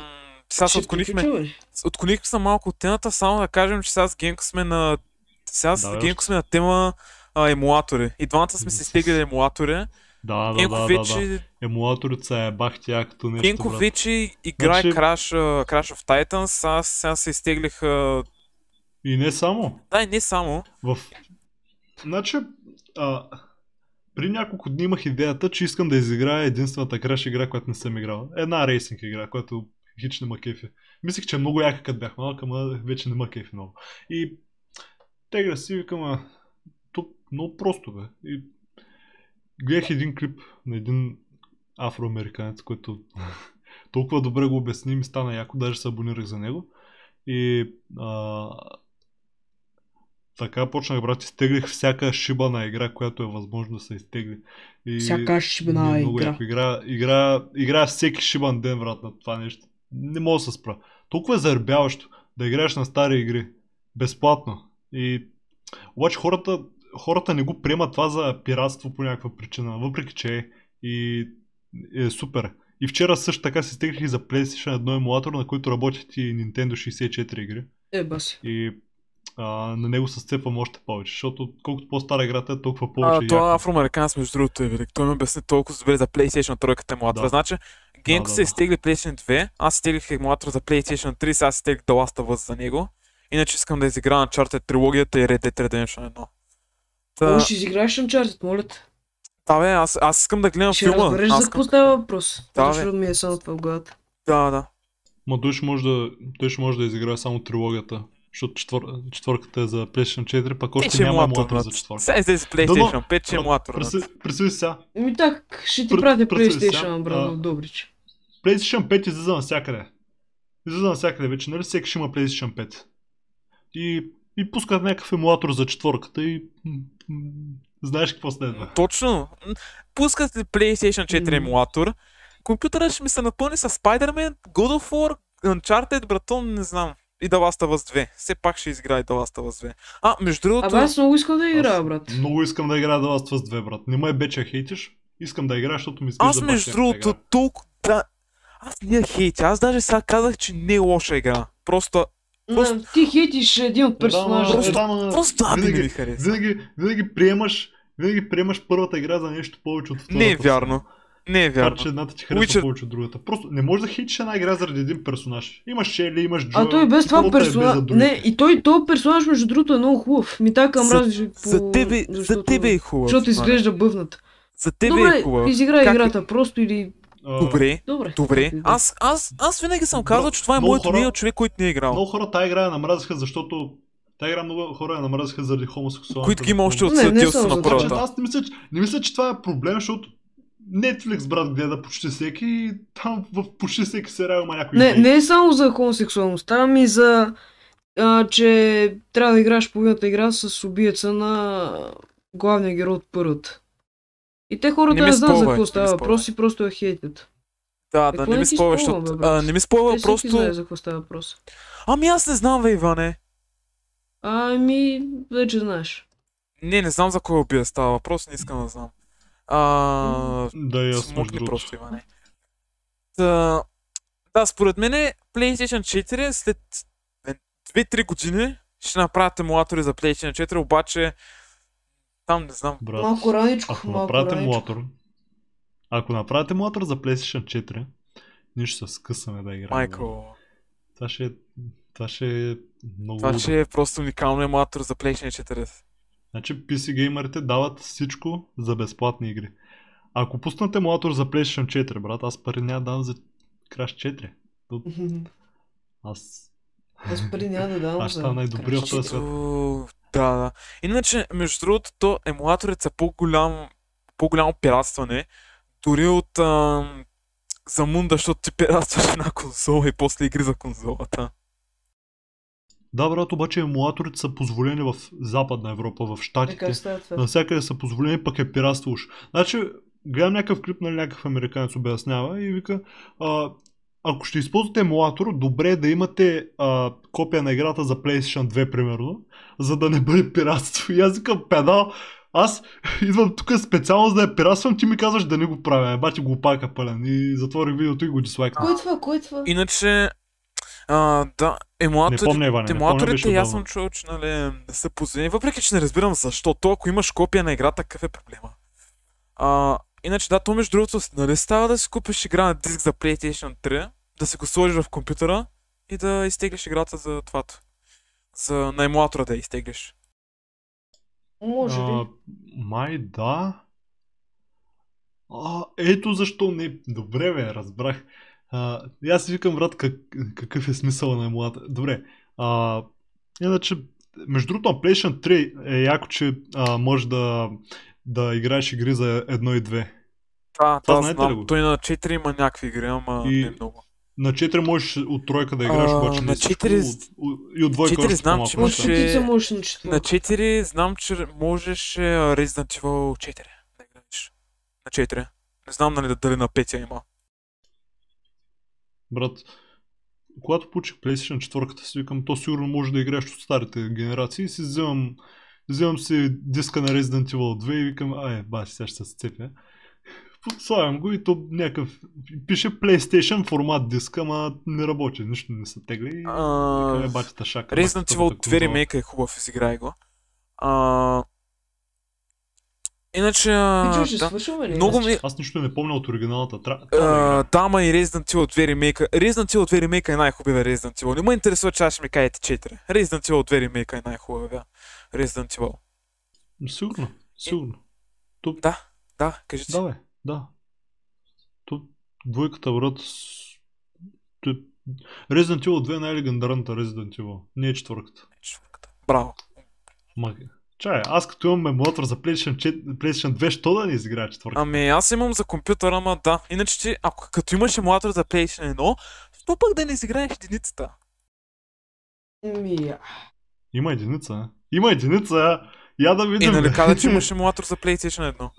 S3: сега се
S2: Ще
S3: отклонихме.
S2: приключва ли?
S3: Отклонихме се малко от темата, само да кажем, че сега с Генко сме на... Сега с
S1: Да, бе,
S3: Генко сме на тема а, емулатори. И двамата сме се стигали емулатори.
S1: Да, да,
S3: Генко
S1: да, да, да.
S3: вече,
S1: Емулаторът се е бах тя като нещо,
S3: Генко
S1: брат.
S3: вече играе
S1: Значи-
S3: Crash, а, Crash of Titans, аз сега се изтеглих... а,
S1: И не само.
S3: Да, и не само.
S1: В... Значи, а, при няколко дни имах идеята, че искам да изиграя единствената краш игра, която не съм играл. Една рейсинг игра, която хич не ма кефи. Мислих, че е много яка, като бях малък, ама вече не ма кефи много. И тегля си, викам, а, то много просто бе. И гледах един клип на един афроамериканец, който <laughs> толкова добре го обясни, ми стана яко, даже се абонирах за него. И а, така почнах, брат, изтеглих всяка шиба на игра, която е възможно да се изтегли. И
S2: Всяка
S1: ми
S2: шибна
S1: е много
S2: игра.
S1: яко. Игра, игра, игра всеки шибан ден, брат, на това нещо. Не мога да се спра. Толкова е заребяващо да играеш на стари игри. Безплатно. И... Обаче хората, хората не го приемат това за пиратство по някаква причина, въпреки че е. И е супер. И вчера също така се стигнах и за PlayStation 1 емулатор, на който работят и Nintendo 64 игри.
S2: Е, баси.
S1: И а, на него се сцепвам още повече, защото колкото по-стара играта е, толкова повече
S3: А,
S1: е
S3: това
S1: яко.
S3: афроамериканец, между другото, е велик. Той ми обясни толкова добре за PlayStation 3 емулатора.
S1: Да.
S3: Значи, Генко
S1: Да, да, да.
S3: се изтегли PlayStation 2, аз изтеглих емулатор за PlayStation 3, сега си изтеглих The Last of Us за него. Иначе искам да изигра на Charter трилогията и Red Dead Redemption 1. Та,
S2: О, ще изиграеш Uncharted, моля те.
S3: да, бе, аз, аз искам да гледам
S2: Ще
S3: филма.
S2: разбереш
S3: аз
S2: за
S3: искам...
S2: какво става въпрос.
S3: Да, бе.
S2: Защото ми е само това в главата.
S3: Да, да.
S1: Ма той ще може да, той ще може да изиграе само трилогията, защото четвър... четвърката е за PlayStation 4, пък
S3: Е,
S1: още
S3: че
S1: няма
S3: емулатор,
S1: емулатор
S3: брат.
S1: за четвърка.
S3: Сега излезе
S1: Дано-
S3: PlayStation 5, че е
S1: Брат,
S3: емулатор. брат.
S1: представи- Представи си сега,
S2: Ми так, ще ти
S1: Пр-
S2: пратя
S1: пръсвай сега.
S2: PlayStation, брат,
S1: А.
S2: в Добрич.
S1: PlayStation 5 излиза навсякъде. Излиза навсякъде вече, нали всеки ще има PlayStation 5. И и пускат някакъв емулатор за четворката и м, м, знаеш какво следва.
S3: Точно. М, Пускат ли PlayStation 4
S2: М.
S3: емулатор, компютърът ще ми се напълни с Spider-Man, God of War, Uncharted, братон, не знам. И The Last of Us 2. Все пак ще изграя The Last of Us 2. А, между другото...
S2: Абе, аз много искам да играя,
S1: Аз
S2: брат.
S1: Много искам да играя да вас с две, брат. Не ме бече хейтиш. Искам да играя, защото ми изглежда
S3: Аз
S1: баш
S3: между
S1: някаква
S3: другото
S1: игра.
S3: толкова... Да, аз не я хейтя, аз даже сега казах, че не е лоша игра. Просто, Просто-
S2: Не, Ти хейтиш един от
S1: Е, да,
S2: персонажите.
S1: ма, е, да, ма,
S3: просто да, ми не
S1: винаги-
S3: ми хареса.
S1: Винаги, винаги приемаш винаги приемаш първата игра за нещо повече от втората.
S3: Не е вярно. Не е
S1: Така
S3: вярно.
S1: че едната ти харесва
S3: Witcher-
S1: повече от другата. Просто не можеш да хейтиш една игра заради един персонаж. Имаш Шели, имаш Джо. е
S2: А той без това
S3: е
S2: персонаж. Не, и той, този персонаж, между другото, е много хубав. Ми така
S3: За-
S2: мрази.
S3: За тебе, за тебе е хубаво.
S2: Защото
S3: Иване.
S2: изглежда бъвнат.
S3: За тебе е
S2: Добре,
S3: хубаво.
S2: изиграй
S3: Как-
S2: играта просто или...
S3: Добре.
S2: Добре.
S3: Добре,
S2: Както и да е.
S3: аз, аз, аз винаги съм казал, че това е
S1: Много
S3: моето
S1: хора-
S3: мнение от човек, който не е играл.
S1: Много хора тази игра я намразиха, защото тази игра много хора я намразиха заради хомосексуалната.
S3: Които ги има още от
S2: Не, не
S3: съдилство
S2: съм
S3: на
S2: за
S1: Значи,
S3: първата.
S2: това.
S1: аз не мисля, че, не мисля, че това е проблем, защото Netflix, брат, гледа почти всеки и там в почти всеки сериал има някой
S2: Не,
S1: гей.
S2: не е само за хомосексуалността, ами за... А, че трябва да играеш половината игра с убиеца на главния герой от първата. И те хората
S3: Не
S2: не,
S3: ми
S2: знаят за
S3: спойвай, не
S2: какво
S3: ми
S2: става
S3: спойвай.
S2: въпрос и просто я хейтят.
S3: Да, да,
S2: Какво
S3: не
S2: не
S3: ми
S2: ти
S3: спойва,
S2: спомня,
S3: защото...
S2: бе, брат?
S3: а, Не ми спойва,
S2: Те всеки знае
S3: просто...
S2: за какво става въпрос.
S3: Ами аз не знам, бе, Иване.
S2: Ами, вече знаеш.
S3: Не, не знам за кой убия става въпрос, не искам да знам. А,
S1: Да, и аз между
S3: смокни
S1: другото.
S3: просто, Иване. Та, да, според мен PlayStation 4 след 2-3 години ще направят емулатори за PlayStation 4, обаче там не знам.
S1: Брат,
S2: малко раничко,
S1: ако
S2: малко
S1: направите
S2: раничко.
S1: емулатор, ако направите емулатор за PlayStation 4, ние ще се скъсаме да играем. брат.
S3: Майкъл.
S1: Това ще е... Това ще е много
S3: Това,
S1: удобно.
S3: че е просто уникално емулатор за PlayStation 4.
S1: Значи PC геймерите дават всичко за безплатни игри. Ако пуснат емулатор за PlayStation 4, брат, аз пари няма да дам за Crash 4.
S2: <laughs>
S1: Аз...
S2: Аз пари няма да давам
S1: Аз ще стана най-добрия в
S2: кръщите.
S1: този свят.
S3: О, Да, да. Иначе, между другото, то емулаторите са по-голям, по-голямо пиратстване, дори от ам, Замунда, защото ти пиратстваш една конзола и после игри за конзолата.
S1: Да, брат, обаче емулаторите са позволени в Западна Европа, в Штатите.
S2: Така Е, става това.
S1: Навсякъде са позволени, пък е пиратство уж. Значи, гледам някакъв клип на някакъв американец обяснява и вика, а, ако ще използвате емулатор, добре е да имате а, копия на играта за PlayStation 2, примерно, за да не бъде пиратство. И аз викам, педал, аз идвам тук специално за да я пиратствам, ти ми казваш да не го правя. Е, Бати го пака пълен. И затворих видеото и го дислайкнах.
S2: Кой е това? Кой е това?
S3: Иначе, а, да, е,
S1: Не
S3: емулатори,
S1: помня, Иване, не помня, беше
S3: емулаторите, аз съм
S1: отдавна.
S3: чул, че нали, не са позволени, въпреки че не разбирам защо. То, ако имаш копия на играта, какъв е проблема? А, иначе, да, то между другото, нали става да си купиш игра на диск за PlayStation 3, да си го сложиш в компютъра и да изтеглиш играта за твато. За, на емулатора да я изтеглиш.
S2: Може
S1: А,
S2: би.
S1: май да. А, ето защо не. Добре, бе, разбрах. А, и аз си викам, брат, как, какъв е смисъл на емулата. Добре. А, иначе, между другото, на PlayStation 3 е яко, че а, може да, да играеш игри за едно и две.
S3: Да,
S1: Това
S3: да,
S1: знаете ли
S3: знам.
S1: го?
S3: Той на 4 има някакви игри, ама
S1: И-
S3: не много.
S1: На 4 можеш от тройка да играеш,
S3: А,
S1: обаче не
S3: на
S1: всичко,
S3: 4
S1: от- от- и от двойка
S3: 4
S1: още
S3: знам,
S1: по-малко
S3: че
S2: Може
S1: неща.
S3: имаше-
S2: би ти можеш на
S3: На
S2: четвърта.
S3: 4 знам, че можеш е, Resident Evil 4 да играеш. На 4. Не знам нали, дали на 5 я има.
S1: Брат, когато получих PlayStation 4, си викам, то сигурно може да играеш от старите генерации и си вземам, вземам си диска на Resident Evil 2 и викам, ай, ба, сега ще се сцепя. Слагам го и то някакъв... Пише PlayStation формат диска, ама не работи, нищо не се тегли. И...
S3: А,
S1: викам, е, батята шака.
S3: Resident
S1: батата
S3: Evil 2
S1: конзола.
S3: ремейка е хубав, изиграй го. А, иначе, а,
S2: Ти чуш, ще
S3: да,
S2: свършваме ли? Значи,
S3: много ми...
S1: Аз нищо не помня от оригиналната. Тра...
S3: а,
S1: трябва да играя.
S3: да, ама и Resident Evil 2 ремейка. Resident Evil 2 ремейка е най-хубавия Resident Evil. Не ме интересува, че аз ще ми кажете 4. Resident Evil 2 ремейка е най-хубавия Resident Evil.
S1: Сигурно, сигурно.
S3: Да, да, кажете.
S1: Да, бе, да. То, двойката, брат, с- то е- Resident Evil 2 е най-легендарната Resident Evil. Не е четвърката.
S3: Браво.
S1: Ма, чай, аз като имам емулатор за PlayStation, 4 PlayStation 2, що да не изиграя четвърката?
S3: Ами аз имам за компютъра, ама да. Иначе ти, ако като имаш емулатор за PlayStation 1, що пък да не изиграеш единицата?
S2: Ми, а,
S1: Има единица. Има единица. Я да
S3: Е,
S1: видим. бе.
S3: нали каза, че имаш емулатор за PlayStation 1?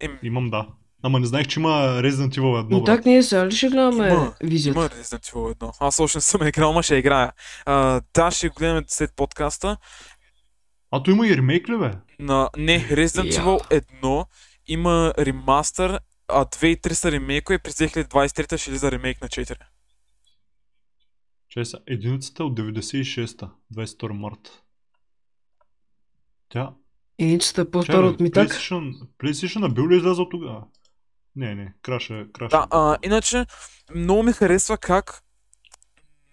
S3: Еми,
S1: <laughs> Имам, да. Ама не знаех, че има Resident Evil 1,
S2: Но
S1: брат.
S2: так ние сега ли ще гледаме
S3: Има,
S2: визията?
S3: Има Resident Evil 1. Аз още не съм играл, ама ще играя. А, да, ще гледаме след подкаста.
S1: А то има и ремейк ли, бе?
S3: На... Не, Resident
S2: Я.
S3: Evil 1 има ремастър, а 2 и 3 са ремейко и през 2023 ще излиза ремейк на 4.
S1: Че са единицата е от 96-та, 22 март. Тя...
S2: Единицата е
S1: Чай,
S2: по-стара
S1: бе,
S2: от Митак.
S1: PlayStation, PlayStation е бил ли излязъл тогава? Не, не, краша, краша.
S3: Да, а, иначе много ми харесва как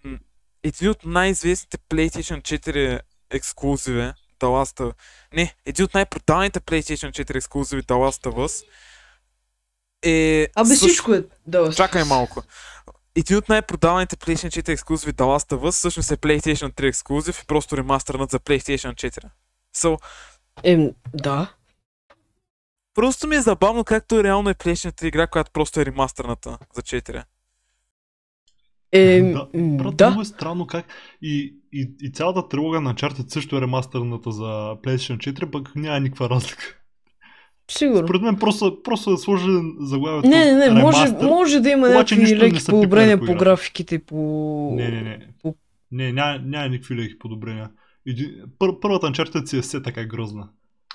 S3: м, един от най-известните PlayStation 4 ексклюзиви, The Last of... Не, един от най-продаваните PlayStation 4 ексклюзиви, The Last of Us, е...
S2: Абе
S3: също-
S2: всичко е да.
S3: Чакай малко. Един от най-продаваните PlayStation 4 ексклюзиви The Last of Us всъщност е PlayStation 3 ексклюзив и просто ремастърнат за PlayStation 4. So,
S2: Ем, да.
S3: просто ми е забавно както реално е PlayStation 3 игра, която просто е ремастърната за 4.
S2: Ем,
S1: Да,
S2: е, м,
S1: Брат,
S2: да.
S1: много е странно как и, и, и цялата трилога на Uncharted също е ремастърната за PlayStation 4, пък няма никаква разлика.
S2: Сигурно.
S1: Според мен просто, просто е сложен заглавието
S2: Не, не, не, може,
S1: ремастър.
S2: може да има
S1: обаче
S2: някакви
S1: нищо не
S2: леки
S1: са
S2: подобрения
S1: пипнали по
S2: по
S1: играта.
S2: графиките, по...
S1: Не, не, не.
S2: по-
S1: Не, няма, няма никакви леки подобрения. Един, пър, първата Uncharted си е все така грозна.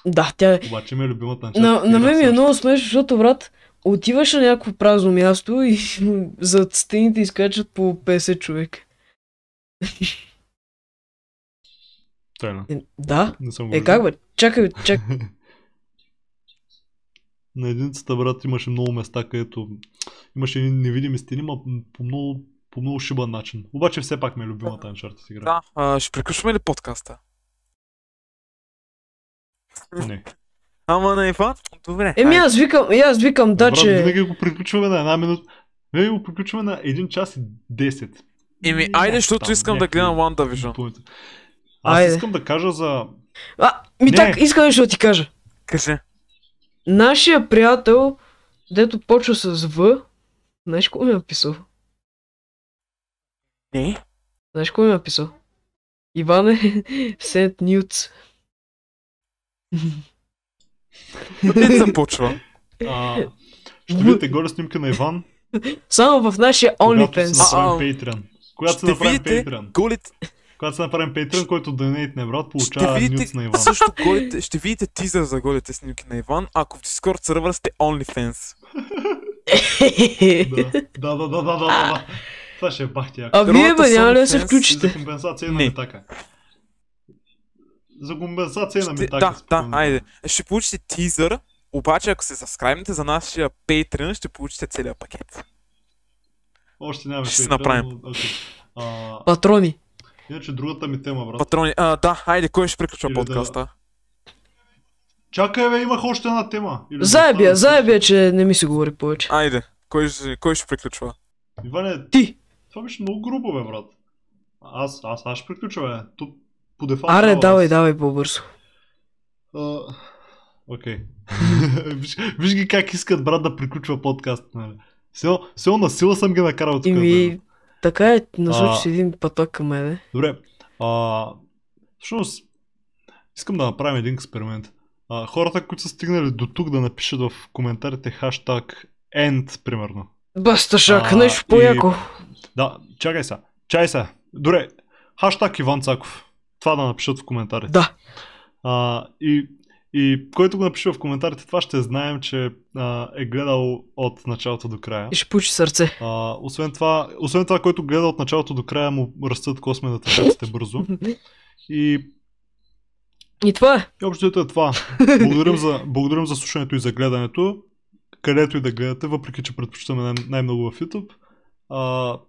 S2: Да, тя е...
S1: Обаче ми е любимата Uncharted.
S2: На, на
S1: игра
S2: мен ми е
S1: също.
S2: много смешно, защото, брат, отиваш на някакво празно място и <laughs> зад стените изкачат по 50 човек.
S1: Тайна.
S2: Е, да?
S1: Не съм го
S2: Е,
S1: виждал.
S2: как бе? Чакай, бе,
S1: <laughs>
S2: чакай.
S1: На единицата, брат, имаше много места, където имаше едни невидими стени, ма по много, по много шибан начин. Обаче все пак ми е любимата Uncharted игра.
S3: Да, а, ще приключваме ли подкаста?
S1: Не.
S3: Ама не, Ива? Добре.
S2: Еми
S3: хайде.
S2: аз викам, и аз викам, да,
S1: брат,
S2: че...
S1: винаги го приключваме на една минута. Винаги го приключваме на 1 час и 10.
S3: Еми,
S1: Някак
S3: айде, защото
S1: там,
S3: искам да
S1: Ами, някакви
S3: гледам WandaVision.
S1: допълнителни. Аз
S2: Айде.
S1: искам да кажа за...
S2: А, ми
S1: Не.
S2: так, искам нещо да ти кажа.
S3: Кажи.
S2: Нашия приятел, дето почва с В, знаеш какво ми е написал?
S3: Не?
S2: Знаеш кой ми е написал? Иване <laughs> Сент Нюц.
S3: Откъде започва?
S1: А, ще видите горе снимка на
S2: <laughs>
S1: Иван,
S2: Само в нашия
S1: когато се
S2: <laughs> OnlyFans.
S3: А, а.
S1: направим Patreon. Когато се
S3: Ще
S1: направим
S3: видите
S1: Patreon.
S3: голите...
S1: Когато се направим Patreon, който донейтне, брат,
S3: Ще
S1: получава нюц на
S3: видите,
S1: Иван.
S3: също голите, ще видите тизър за голите снимки на Иван, ако в Discord сервера сте OnlyFans.
S1: Да, да, да, да, да, да, да. Това ще е бахти яко.
S2: А вие
S3: Първата
S2: бе, няма ли да се
S3: OnlyFans
S1: И за
S2: включите?
S1: компенсация на
S3: Не.
S1: Митака. За компенсация на
S3: Ще,
S1: Митака.
S3: да, да,
S1: спокойно.
S3: айде. Ще получите тизър, обаче ако се заскраймите за нашия Patreon, ще получите целият пакет.
S1: Още нямаме
S3: Ще си
S1: Patreon,
S3: направим.
S1: но, окей. А,
S2: Патрони.
S1: Иначе другата ми тема, брат.
S3: Патрони, а, да, айде, кой ще приключва
S1: Или да-
S3: подкаста?
S1: Чакай, бе, имах още една тема. Или да
S2: Заебия,
S1: оставя-
S2: заебия, че не ми се говори повече.
S3: Айде, кой ще, кой ще приключва?
S1: Иване,
S2: Ти!
S1: това беше много грубо, бе, брат. Аз, аз, аз ще приключа, бе. Тук по дефолт.
S2: Аре,
S1: трябва
S2: давай,
S1: аз.
S2: давай по-бързо.
S1: А, Окей. <laughs> виж, виж ги как искат, брат, да приключва подкаст. Нали. Все, все на сила съм ги накарал тук. да-
S2: Ими, така е, насочи
S1: А.
S2: се един пъток към мене.
S1: Добре. А, всъщност, искам да направим един експеримент. А, хората, които са стигнали до тук, да напишат в коментарите хаштаг end, примерно.
S2: Баста шак,
S1: А,
S2: нещо
S1: и-
S2: по-яко.
S1: Да, чакай са. Чай са. Добре. Хаштаг Иван Цаков. Това да напишат в коментарите.
S2: Да.
S1: А, и, и който го напише в коментарите, това ще знаем, че а, е гледал от началото до края.
S2: И ще получи сърце.
S1: А, освен, това, освен това, който гледа от началото до края, му растат косми на тъпеците бързо. И
S2: И това е.
S1: И общо взето е това. Благодарим за, благодарим за слушането и за гледането. Където и да гледате, въпреки че предпочитаме най- най-много в YouTube. А,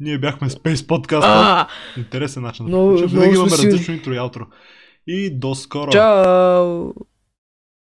S1: ние бяхме Space Podcast.
S2: А,
S1: Интересен начин да
S2: Много-
S1: приключим. Винаги
S2: много
S1: имаме
S2: сме силни.
S1: различно интро и аутро. И до скоро.
S2: чао!